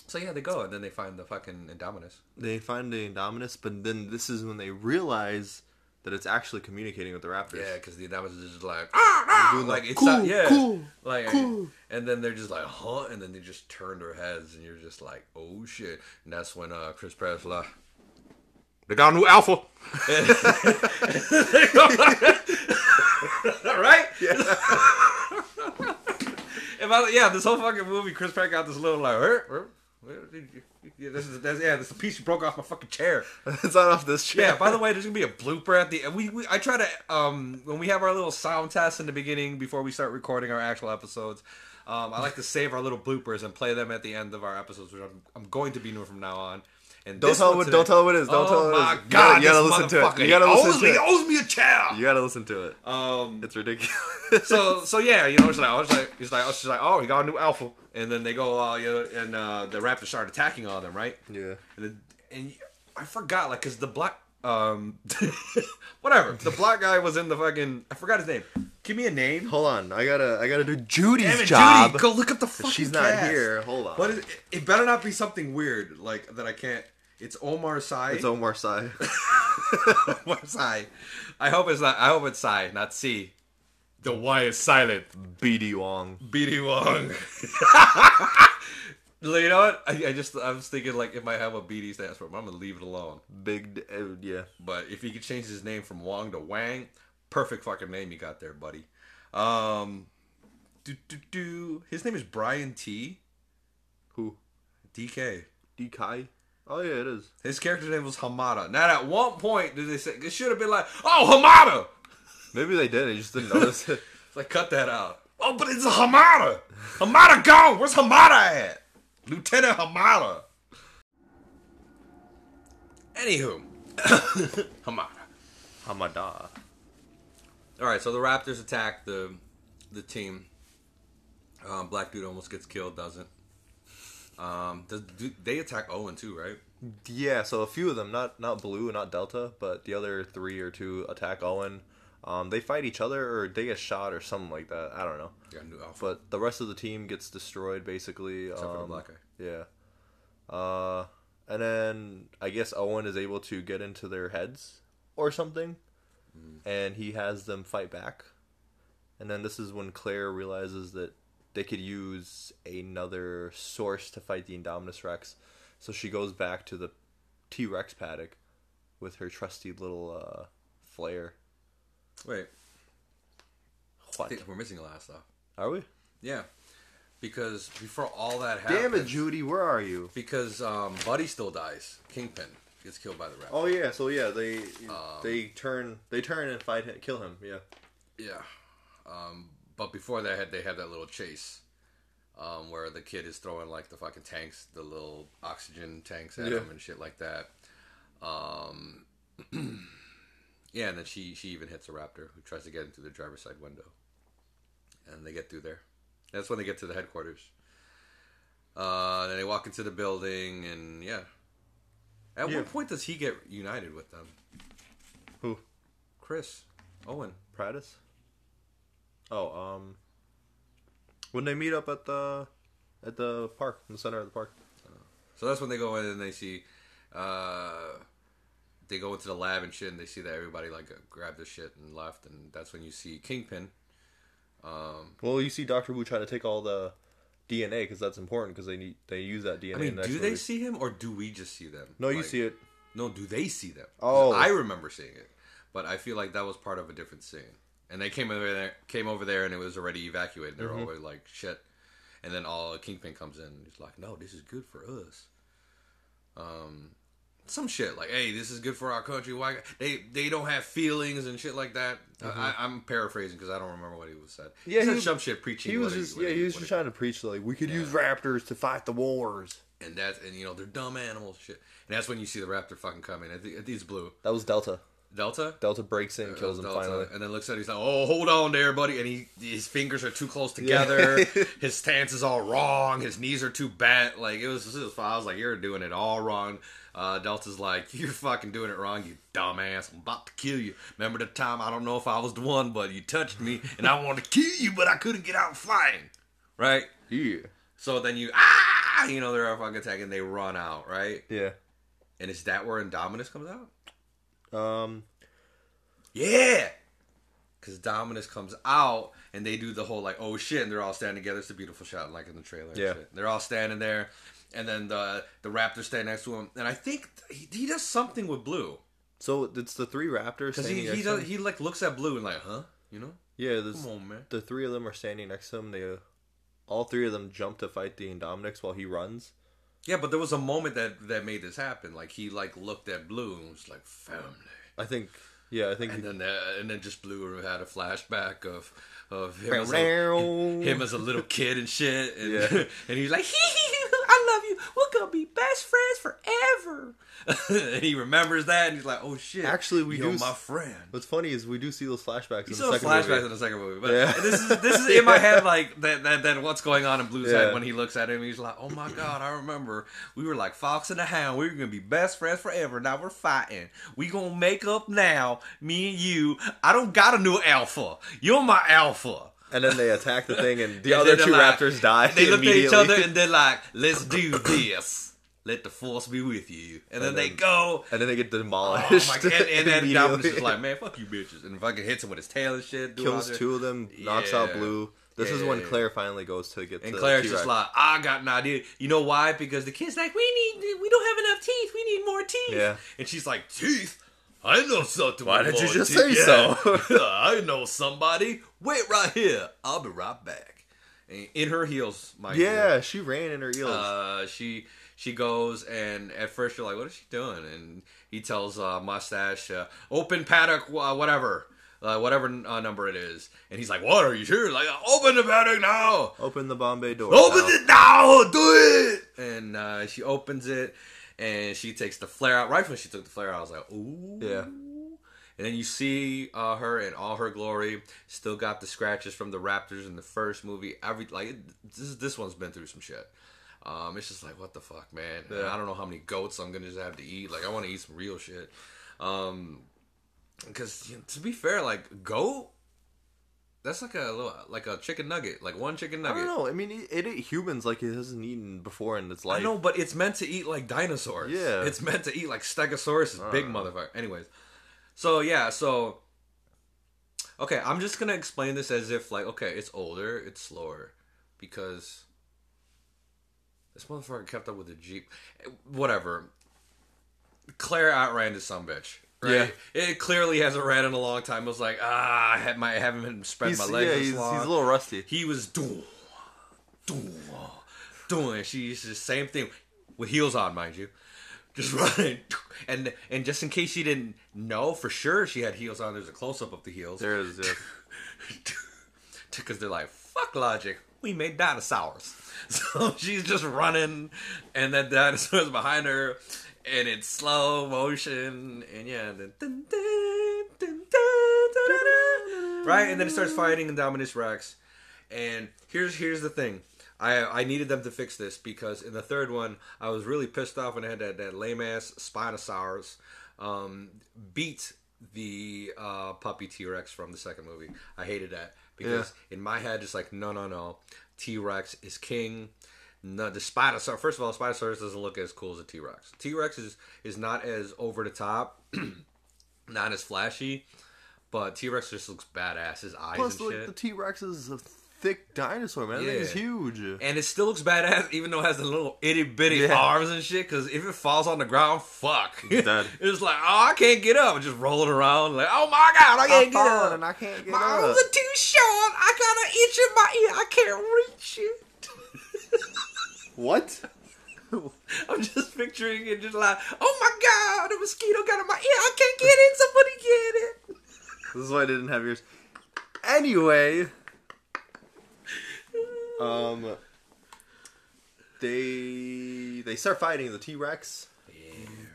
A: so yeah, they go and then they find the fucking Indominus.
B: they find the Indominus, but then this is when they realize that it's actually communicating with the Raptors.
A: Yeah, because the Indominus is just like, ah, ah!
B: Doing the
A: like it's
B: cool,
A: not, yeah,
B: cool,
A: like,
B: cool.
A: and then they're just like, huh, and then they just turn their heads, and you're just like, oh shit, and that's when uh, Chris Pratt's like, they got a new alpha, right? Yeah. And by the- yeah, this whole fucking movie, Chris Pratt got this little like, "Huh? Huh? Where did you- Yeah, this is that's, yeah, this is the piece you broke off my fucking chair.
B: it's not off this chair.
A: Yeah. By the way, there's gonna be a blooper at the. We, we I try to um when we have our little sound test in the beginning before we start recording our actual episodes. Um, I like to save our little bloopers and play them at the end of our episodes, which I'm, I'm going to be doing from now on. And
B: Don't
A: this
B: tell
A: one
B: what.
A: today-
B: Don't tell what it is. Don't
A: oh
B: tell what it is.
A: my
B: You
A: god!
B: gotta, you gotta
A: this
B: listen to it.
A: motherfucker,
B: You gotta
A: he
B: listen
A: owes
B: to
A: me,
B: it.
A: he owes me a chair.
B: You gotta listen to it.
A: Um,
B: It's ridiculous.
A: so so yeah, you know, it's like I was like, it's like, it's like, oh, he got a new alpha, and then they go, uh, you know, and uh, the raptors start attacking all of them, right?
B: yeah.
A: And, then, and I forgot, like, cause the black, um, whatever, the black guy was in the fucking, I forgot his name. Give me a name.
B: Hold on. I gotta. I gotta do Judy's
A: Damn it,
B: job.
A: Judy, go look up the fucking.
B: She's not
A: cast.
B: here. Hold on.
A: What is it? It better not be something weird, like that I can't. It's Omar Sy.
B: It's Omar Sy.
A: Omar Sy. I hope it's not. I hope it's Sy, not C. The Y is silent.
B: BD Wong.
A: BD Wong. you know what? I, I just I was thinking like it might have a BD stands for. But I'm gonna leave it alone.
B: Big. D- uh, yeah.
A: But if you could change his name from Wong to Wang, perfect fucking name you got there, buddy. Um, do do do. His name is Brian T.
B: Who?
A: DK.
B: D Kai. Oh yeah, it is.
A: His character name was Hamada. Now at one point, did they say it should have been like, "Oh, Hamada."
B: Maybe they did. I just didn't notice it.
A: It's like cut that out. Oh, but it's Hamada. Hamada gone. Where's Hamada at? Lieutenant Hamada. Anywho, Hamada.
B: Hamada.
A: All right, so the Raptors attack the the team. Um, Black dude almost gets killed. Doesn't. Um, does, do, they attack Owen too, right?
B: Yeah, so a few of them, not not Blue, not Delta, but the other three or two attack Owen. Um, they fight each other, or they get shot, or something like that. I don't know.
A: Yeah, new alpha.
B: But the rest of the team gets destroyed, basically.
A: Except for the
B: um,
A: black guy.
B: Yeah. Uh, and then I guess Owen is able to get into their heads or something, and he has them fight back. And then this is when Claire realizes that they could use another source to fight the Indominus Rex. So she goes back to the T Rex paddock with her trusty little uh, flare.
A: Wait, I
B: What?
A: think we're missing the last stuff.
B: Are we?
A: Yeah, because before all that happens,
B: Damn it, Judy, where are you?
A: because um, Buddy still dies. Kingpin gets killed by the raptor.
B: Oh yeah, so yeah, they
A: Um,
B: they turn they turn and fight him, kill him. Yeah,
A: Yeah, um, but before that, had- they have that little chase um, where the kid is throwing like the fucking tanks, the little oxygen tanks at
B: Yeah.
A: him and shit like that. Um, yeah, and then she she even hits a raptor who tries to get into the driver's side window, and they get through there. That's when they get to the headquarters. Uh, then they walk into the building, and yeah. At
B: Yeah.
A: what point does he get united with them?
B: who?
A: Chris, Owen.
B: Prattis? Oh, um, when they meet up at the at the park, in the center of the park.
A: So that's when they go in and they see, uh, they go into the lab and shit, and they see that everybody like grabbed their shit and left, and that's when you see Kingpin.
B: Well, you see Doctor Wu try to take all the DNA because that's important because they need they use that DNA.
A: I
B: in
A: mean,
B: the
A: do
B: next
A: they
B: movie.
A: see him or do we just see them?
B: No, you see it.
A: No, do they see them?
B: Oh.
A: I remember seeing it, but I feel like that was part of a different scene. And they came over there, came over there, and it was already evacuated. They're
B: Mm-hmm.
A: already like shit, and then all Kingpin comes in. and He's like, "No, this is good for us." Um, some shit like, "Hey, this is good for our country." Why they they don't have feelings and shit like that. I, I, I'm paraphrasing because I don't remember what he was said.
B: Mm-hmm. Yeah,
A: he said
B: he-
A: some shit preaching.
B: He was
A: what
B: just
A: what
B: yeah, he was
A: what
B: just trying to preach like we could use raptors to fight the wars.
A: and that's and you know they're dumb animals shit. And that's when you see the raptor fucking coming. I think I think it's blue
B: That was Delta.
A: Delta.
B: Delta breaks in, and kills him
A: Delta,
B: finally.
A: and then looks at it, he's like, "Oh, hold on there, buddy." And he his fingers are too close together. his stance is all wrong. His knees are too bent. Like it was, it was I was like, "You're doing it all wrong." Uh, Delta's like, "You're fucking doing it wrong, you dumbass. I'm about to kill you." Remember the time? I don't know if I was the one, but you touched me, and I wanted to kill you, but I couldn't get out flying. Right.
B: Yeah,
A: So then you ah, you know they're all fucking attacking. They run out, right?
B: yeah.
A: And is that where Indominus comes out?
B: Um,
A: Yeah. Because Dominus comes out and they do the whole like, oh shit, and they're all standing together. It's a beautiful shot, like in the trailer. and
B: Yeah.
A: shit. They're all standing there, and then the the raptor stand next to him, and I think he, he does something with Blue
B: so it's the three raptors.
A: because
B: standing
A: he
B: next
A: he,
B: to
A: does,
B: him.
A: he like looks at Blue and like, huh, you know,
B: yeah, this,
A: come on, man.
B: the three of them are standing next to him. They all three of them jump to fight the Indominus while he runs,
A: Yeah, but there was a moment that that made this happen. Like he like looked at Blue and was like family,
B: I think. Yeah, I think.
A: and then uh, and then just Blue had a flashback of of him as a, him
B: Him
A: as a little kid and shit. And,
B: Yeah.
A: and he's like, I love you. We're gonna be best friends forever. and he remembers that, and he's like, Oh shit!
B: Actually, we
A: you're
B: do s-
A: my friend.
B: What's funny is we do see those flashbacks
A: You
B: in the
A: saw the
B: second
A: flashbacks
B: movie.
A: in the second movie, but
B: Yeah.
A: this is this is in my head like that that, that what's going on in Blue's
B: Yeah.
A: head when he looks at him. He's like, "Oh my god, I remember we were like fox and a hound. We were gonna be best friends forever. Now we're fighting. We gonna make up now, me and you. I don't got a new alpha. You're my alpha."
B: And then they attack the thing, and the
A: And
B: other
A: then
B: two
A: they're like-
B: raptors die.
A: They look at each
B: immediately.
A: other and they're like, "Let's do this. Let the force be with you." And then,
B: And
A: they
B: then-
A: go.
B: and then they get demolished.
A: Oh my god! And, and then Dominus
B: immediately.
A: is like, "Man, fuck you, bitches!" And fucking hits him with his tail and shit. do all
B: kills
A: that-
B: two of them, knocks out
A: Yeah.
B: Blue. This is when
A: Yeah.
B: Claire finally goes to get
A: And
B: the
A: Claire's
B: T-Rex.
A: just like, I got an idea. You know why? Because the kid's like, we need, we don't have enough teeth. We need more teeth.
B: Yeah.
A: And she's like, teeth. I know something.
B: Why
A: with
B: did you
A: more
B: just
A: teeth."
B: say so?
A: Yeah. I know somebody. Wait right here. I'll be right back. And in her heels, mind you.
B: yeah, she ran in her heels.
A: Uh, she she goes and at first you're like, what is she doing? And he tells uh, Mustache, uh, open paddock, uh, whatever, uh, whatever uh, number it is. And he's like, what are you sure? Like, open the paddock now.
B: Open the Bombay door.
A: Open
B: now.
A: it now! Do it! And uh, she opens it and she takes the flare out. Right when she took the flare out, I was like, ooh.
B: Yeah.
A: And then you see uh, her in all her glory. Still got the scratches from the Raptors in the first movie. Every like it, this this one's been through some shit. Um, it's just like what the fuck, man. And
B: Yeah.
A: I don't know how many goats I'm gonna just have to eat. Like I want to eat some real shit. Um, because to be fair, like goat, that's like a little like a chicken nugget, like one chicken
B: I
A: nugget.
B: don't know. I mean, it, it ate humans like it hasn't eaten before in its life.
A: I know, but it's meant to eat like dinosaurs.
B: Yeah.
A: It's meant to eat like Stegosaurus, is big
B: Uh.
A: motherfucker. Anyways. So yeah, so Okay, I'm just gonna explain this as if like, okay, it's older, it's slower. Because this motherfucker kept up with the Jeep. Whatever. Claire outran this some bitch. Right? It clearly hasn't ran in a long time. It was like, ah, I, had my, I haven't spread
B: He's,
A: my legs
B: yeah,
A: this
B: he's, he's
A: long
B: a little rusty.
A: he was doing, doing, doing. She used the same thing with heels on, mind you, just running. And and just in case you didn't know for sure, she had heels on. There's a close up of the heels
B: There is. Yeah.
A: because they're like, fuck logic, we made dinosaurs. So she's just running, and that dinosaur's behind her, and it's slow motion, and yeah, and then. dun, dun, dun, dun, dun, dun, dun. Right, and then it starts fighting in Dominus Rex, and here's here's the thing, I I needed them to fix this because in the third one I was really pissed off when I had that that lame ass Spinosaurus, um, beat the uh, puppy T Rex from the second movie. I hated that because in my head it's like no no no, T Rex is king. No, the Spinosaurus. First of all, Spinosaurus doesn't look as cool as a T Rex. T Rex is is not as over the top, not as flashy, but T Rex just looks badass. His eyes
B: Plus,
A: and
B: like,
A: shit.
B: the T Rex is a thick dinosaur, man. That thing is
A: Yeah.
B: huge.
A: And it still looks badass, even though it has the little itty bitty
B: Yeah.
A: arms and shit. Because if it falls on the ground, fuck.
B: dead.
A: it's like, oh, I can't get up. And just rolling around, like, oh my god, I can't
B: I'm
A: get up.
B: falling and I can't get
A: my
B: up.
A: arms are too short. I got an itch in my ear. I can't reach it.
B: What?
A: I'm just picturing it, just like, oh my god, a mosquito got in my ear. I can't get it. Somebody get it.
B: This is why I didn't have yours. Anyway, um, they they start fighting the T Rex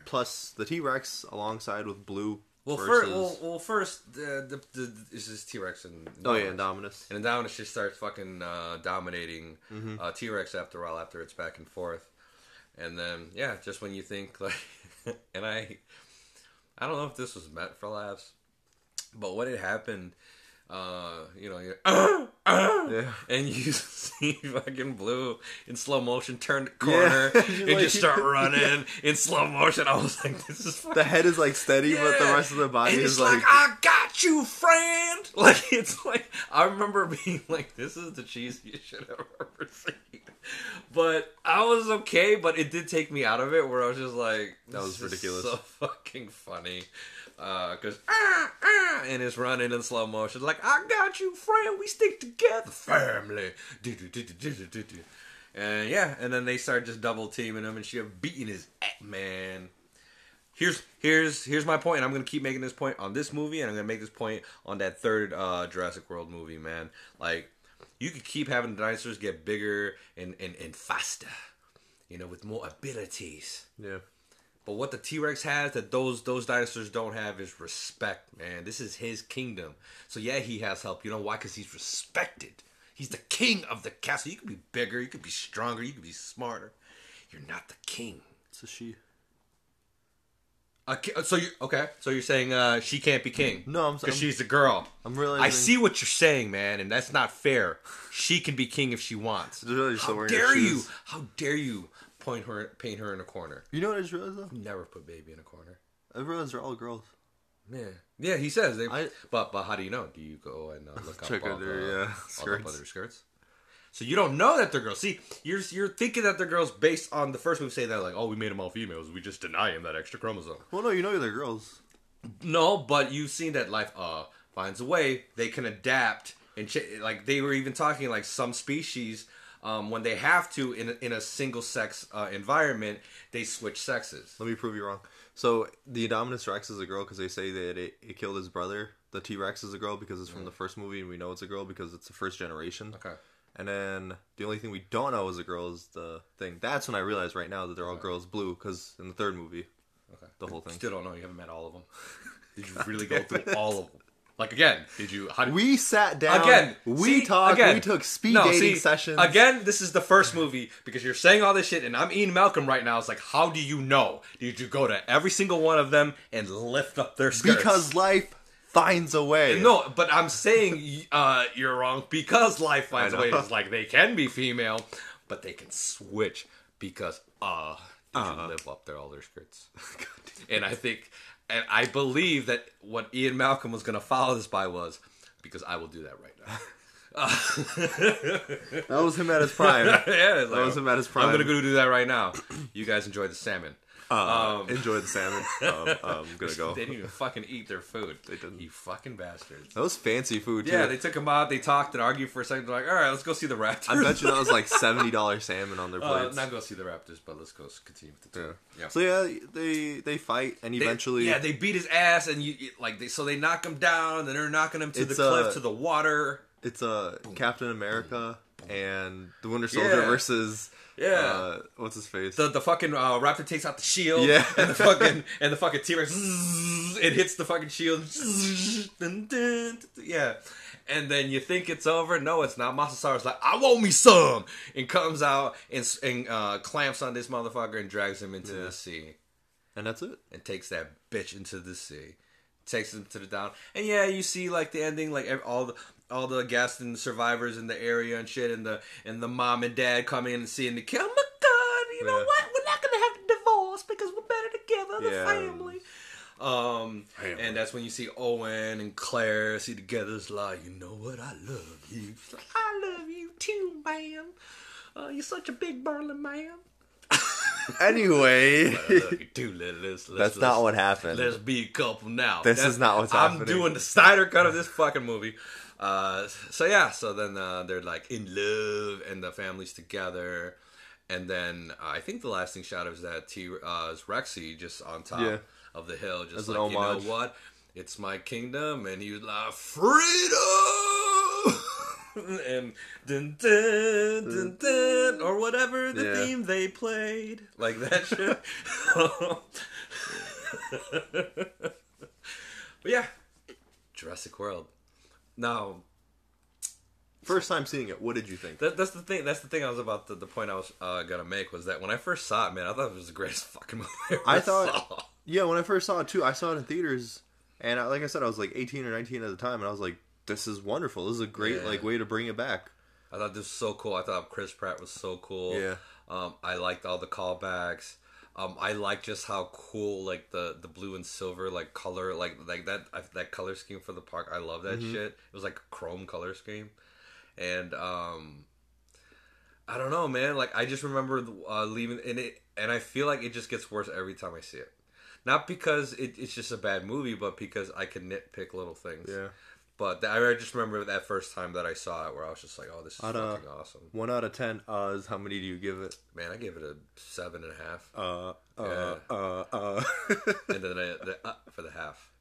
B: plus the T Rex alongside with Blue
A: Well,
B: versus
A: first, well, well, first, uh, the, the, this is T Rex and
B: oh yeah, Indominus.
A: And Indominus just starts fucking uh, dominating
B: Mm-hmm.
A: uh, T Rex after a while, after it's back and forth. And then, yeah, just when you think, like, and I, I don't know if this was meant for laughs, but when it happened, uh, you know, you're,
B: Yeah.
A: and you see fucking Blue in slow motion turn the corner
B: Yeah.
A: and
B: Like-
A: just start running in slow motion. I was like, this is fucking
B: The head is like steady, but the
A: yeah.
B: rest of the body
A: And
B: is
A: it's like,
B: like, "Ah!"
A: I got you, friend. Like it's like I remember being like, this is the cheesiest shit I've ever seen. But I was okay, but it did take me out of it where I was just like,
B: That was
A: this is
B: ridiculous.
A: so fucking funny. Because ah ah, and it's running in slow motion, like I got you, friend. We stick together, family. Do, do, do, do, do, do, do. And yeah, and then they start just double teaming him, and she up beating his ass, man. Here's here's here's my point, and I'm gonna keep making this point on this movie, and I'm gonna make this point on that third uh, Jurassic World movie, man. Like, you could keep having the dinosaurs get bigger and and, and faster, you know, with more abilities.
B: Yeah.
A: But what the T Rex has that those those dinosaurs don't have is respect, man. This is his kingdom. So yeah, he has help. You know why? Because he's respected. He's the king of the castle. You could be bigger, you could be stronger, you could be smarter. You're not the king.
B: It's a she.
A: A ki- so you okay? So you're saying uh, she can't be king?
B: No, I'm-
A: because
B: I'm-
A: she's a girl.
B: I'm realizing.
A: I see what you're saying, man, and that's not fair. She can be king if she wants.
B: Just realized you're still
A: How
B: wearing your
A: dare you?
B: shoes.
A: How dare you point her, paint her in a corner?
B: You know what I just realized though?
A: Never put baby in a corner.
B: I realized they're all girls.
A: Yeah, yeah, he says they.
B: I-
A: but but how do you know? Do you go and uh, look up
B: Check
A: all
B: out
A: the,
B: their, yeah,
A: all the
B: skirts.
A: other skirts? So you don't know that they're girls. See, you're you're thinking that they're girls based on the first movie. Say that like, oh, we made them all females. We just deny him that extra chromosome.
B: Well, no, you know they're girls.
A: No, but you've seen that life uh finds a way. They can adapt and ch- like they were even talking like some species um, when they have to in a, in a single sex uh, environment they switch sexes.
B: Let me prove you wrong. So the Indominus Rex is a girl because they say that it, it killed his brother. The T Rex is a girl because it's from the first movie, and we know it's a girl because it's the first generation.
A: Mm. Okay.
B: And then the only thing we don't know is a girl is the thing. That's when I realized right now that they're all girls blue because in the third movie,
A: Okay.
B: the whole thing.
A: Still don't know. You haven't met all of them. Did you really go through all of them? Like again, did you? How did,
B: We sat down.
A: again,
B: We
A: see,
B: talked.
A: again.
B: We took speed
A: No,
B: dating
A: see,
B: sessions.
A: Again, this is the first movie because you're saying all this shit, and I'm Ian Malcolm right now. It's like, how do you know? Did you go to every single one of them and lift up their skirts?
B: because life finds a way.
A: no, but I'm saying uh, you're wrong because life finds
B: I
A: a
B: know.
A: way. It's like they can be female, but they can switch because uh, did
B: Uh-huh.
A: you live up there all their skirts? and I think, and I believe that what Ian Malcolm was going to follow this by was because I will do that right now.
B: that was him at his prime.
A: yeah, it's
B: That was him at his prime.
A: I'm gonna go do that right now. You guys enjoy the salmon.
B: Uh, enjoy the salmon. um, I'm gonna go.
A: They didn't even fucking eat their food. They
B: didn't.
A: You fucking bastards.
B: That was fancy food. Too.
A: Yeah, they took them out. They talked and argued for a second. They're like, all right, let's go see the Raptors.
B: I bet you that was like seventy dollars salmon on their
A: Uh,
B: plates.
A: not go see the Raptors, but let's go s- continue with the
B: yeah.
A: tour. Yeah.
B: So yeah, they they fight and
A: They-
B: eventually
A: yeah, they beat his ass, and you you- like they so they knock him down, then they're knocking him to the
B: It's,
A: cliff,
B: uh,
A: to the water.
B: it's uh, Captain America and the Winter Soldier
A: Yeah.
B: versus
A: Yeah.
B: uh, what's his face?
A: The the fucking uh, raptor takes out the shield,
B: Yeah.
A: and the fucking and the fucking T Rex, it hits the fucking shield, Zzzz, dun, dun, dun, dun, yeah. And then you think it's over. No, it's not. Masasaru's like, I want me some, and comes out and s- and uh, clamps on this motherfucker and drags him into the sea.
B: and that's it.
A: and takes that bitch into the sea, takes him to the down. And yeah, you see like the ending, like ev- all the all the Gaston survivors in the area and shit, and the and the mom and dad coming in and seeing the kid. Oh my god, you know
B: Yeah.
A: what? We're not gonna have to divorce because we're better together, the
B: Yeah.
A: family. Um,
B: Family.
A: and that's when you see Owen and Claire see together. It's like, you know what? I love you. It's like, I love you too, man. Uh, you're such a big burly man.
B: Anyway,
A: I love you too, little. Let's, let's,
B: that's
A: let's-
B: not what happened.
A: Let's be a couple now.
B: This is not what's
A: I'm
B: happening.
A: doing the Snyder cut of this fucking movie. Uh, so yeah, so then uh, they're like in love and the families together, and then uh, I think the last thing shot of is that T uh, is Rexy just on top
B: Yeah.
A: of the hill, just
B: As an
A: like you know
B: homage.
A: what, it's my kingdom, and he was like freedom. And dun, dun, dun, dun, or whatever the
B: Yeah.
A: theme they played, like that shit. But yeah, Jurassic World. Now
B: First time seeing it, what did you think?
A: that, that's the thing. That's the thing. I was about to, the point I was uh, gonna make was that when I first saw it, man, I thought it was the greatest fucking movie I, ever
B: I thought-
A: saw.
B: Yeah, when I first saw it too, I saw it in theaters, and I, like I said, I was like 18 or 19 at the time, and I was like, "This is wonderful. This is a great
A: Yeah.
B: like way to bring it back."
A: I thought this was so cool. I thought Chris Pratt was so cool.
B: Yeah.
A: Um, I liked all the callbacks. Um, I like just how cool like the, the blue and silver like color like like that I, that color scheme for the park. I love that
B: Mm-hmm.
A: shit. It was like a chrome color scheme, and um, I don't know, man. Like I just remember uh, leaving and it, and I feel like it just gets worse every time I see it. Not because it, it's just a bad movie, but because I can nitpick little things But th- I just remember that first time that I saw it, where I was just like, "Oh, this is
B: I'd, uh,
A: fucking awesome,
B: One out of ten Uhs. How many do you give it?
A: man!" I gave it a seven and a half,
B: Uh, uh,
A: Yeah.
B: uh, uh.
A: and then I, the, uh, for the half.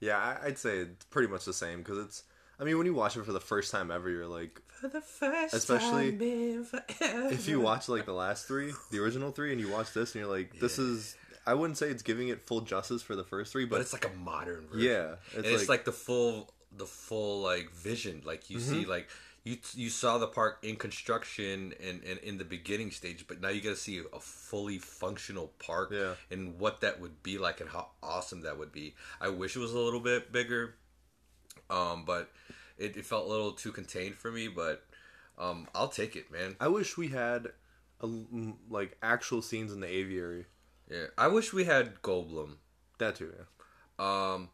B: yeah, I- I'd say it's pretty much the same because it's. I mean, when you watch it for the first time ever, you're like,
A: For the first
B: Especially
A: time in forever.
B: if you watch like the last three, the original three, and you watch this, and you're like, this is. I wouldn't say it's giving it full justice for the first three, but,
A: but it's like a modern version.
B: yeah, it's
A: and it's like the full the full like vision like you see like you you saw the park in construction and, and in the beginning stage but now you get to see a fully functional park
B: Yeah.
A: and what that would be like and how awesome that would be i wish it was a little bit bigger um but it, it felt a little too contained for me but um i'll take it man
B: I wish we had, a, mm, like actual scenes in the aviary.
A: yeah i wish we had goldblum
B: That too. Yeah.
A: Um,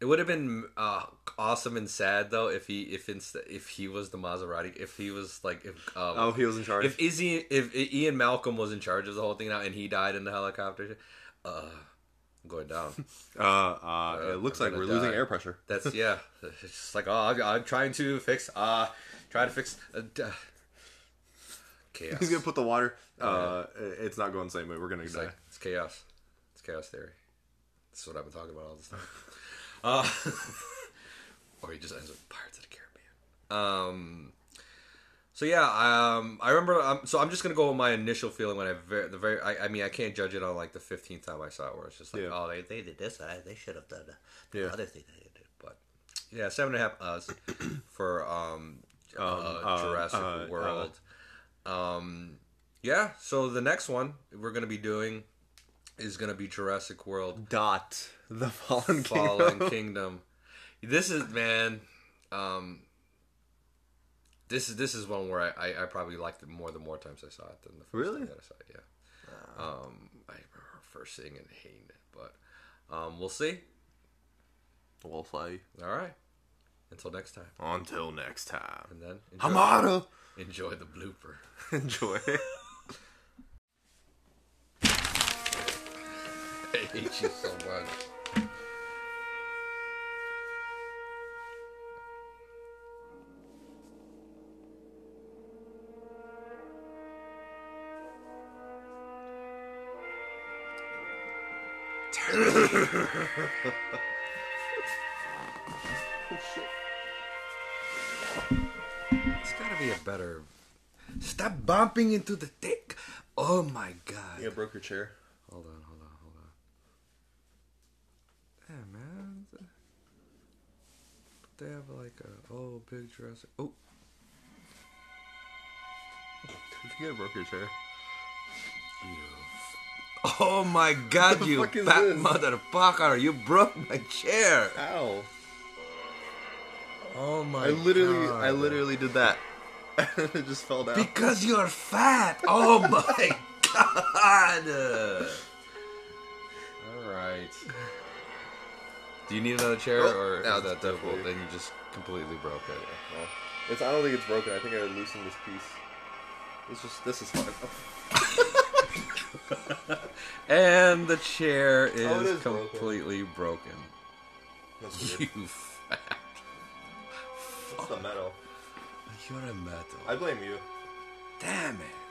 A: it would have been uh, awesome and sad though if he if inst- if he was the Maserati if he was like if um,
B: Oh, he was in charge.
A: if Izzy if Ian Malcolm was in charge of the whole thing now and he died in the helicopter, uh, I'm going down.
B: uh, uh, it looks
A: I'm
B: like
A: gonna
B: we're losing
A: die.
B: air pressure.
A: That's yeah. It's just like oh, I'm, I'm trying to fix uh, try to fix uh, d- chaos.
B: He's gonna put the water. Uh, it- it's not going the same way. We're gonna
A: It's
B: die.
A: like it's chaos. It's chaos theory. That's what I've been talking about all this time. Uh, or he just ends with Pirates of the Caribbean. Um. So yeah, um, I remember. Um, so I'm just gonna go with my initial feeling when I very, the very. I, I mean, I can't judge it on like the 15th time I saw it, where it's just like,
B: Yeah.
A: oh, they, they did this, I, they should have done the, the
B: Yeah.
A: other thing they did. But yeah, seven and a half us for um, uh,
B: uh,
A: Jurassic
B: uh, uh,
A: World. Um, yeah. So the next one we're gonna be doing is gonna be Jurassic World
B: Dot the fallen,
A: Fallen
B: kingdom.
A: Kingdom. This is man. Um, this is this is one where I, I, I probably liked it more the more times I saw it than the first
B: Really?
A: time that I saw it. Yeah. Um, I remember first seeing it and hating it, but um, we'll see.
B: We'll fly.
A: All right. Until next time,
B: Until next time.
A: and then enjoy,
B: Hamada.
A: enjoy the blooper.
B: Enjoy.
A: I hate you so much. There's gotta be a better. Stop bumping into the dick! Oh my god.
B: yeah, broke your chair.
A: Hold on, hold on, hold on. Yeah, man. They have like a oh big Jurassic. Oh,
B: I think I broke your chair.
A: oh my God!
B: the
A: you
B: fuck is
A: fat
B: this?
A: motherfucker! You broke my chair.
B: Ow.
A: Oh my!
B: I literally,
A: God.
B: I literally did that. it just fell down.
A: Because you're fat. Oh my God. All right. Do you need another chair,
B: Oh,
A: or
B: no,
A: is that
B: it's
A: difficult?
B: definitely-
A: Then you just completely broke it.
B: Well, it's, I don't think it's broken. I think I loosened this piece. It's just this is fine.
A: And the chair is,
B: Oh, it is broken.
A: completely broken.
B: That's weird.
A: You fat.
B: It's the metal.
A: You're a metal.
B: I blame you.
A: Damn it.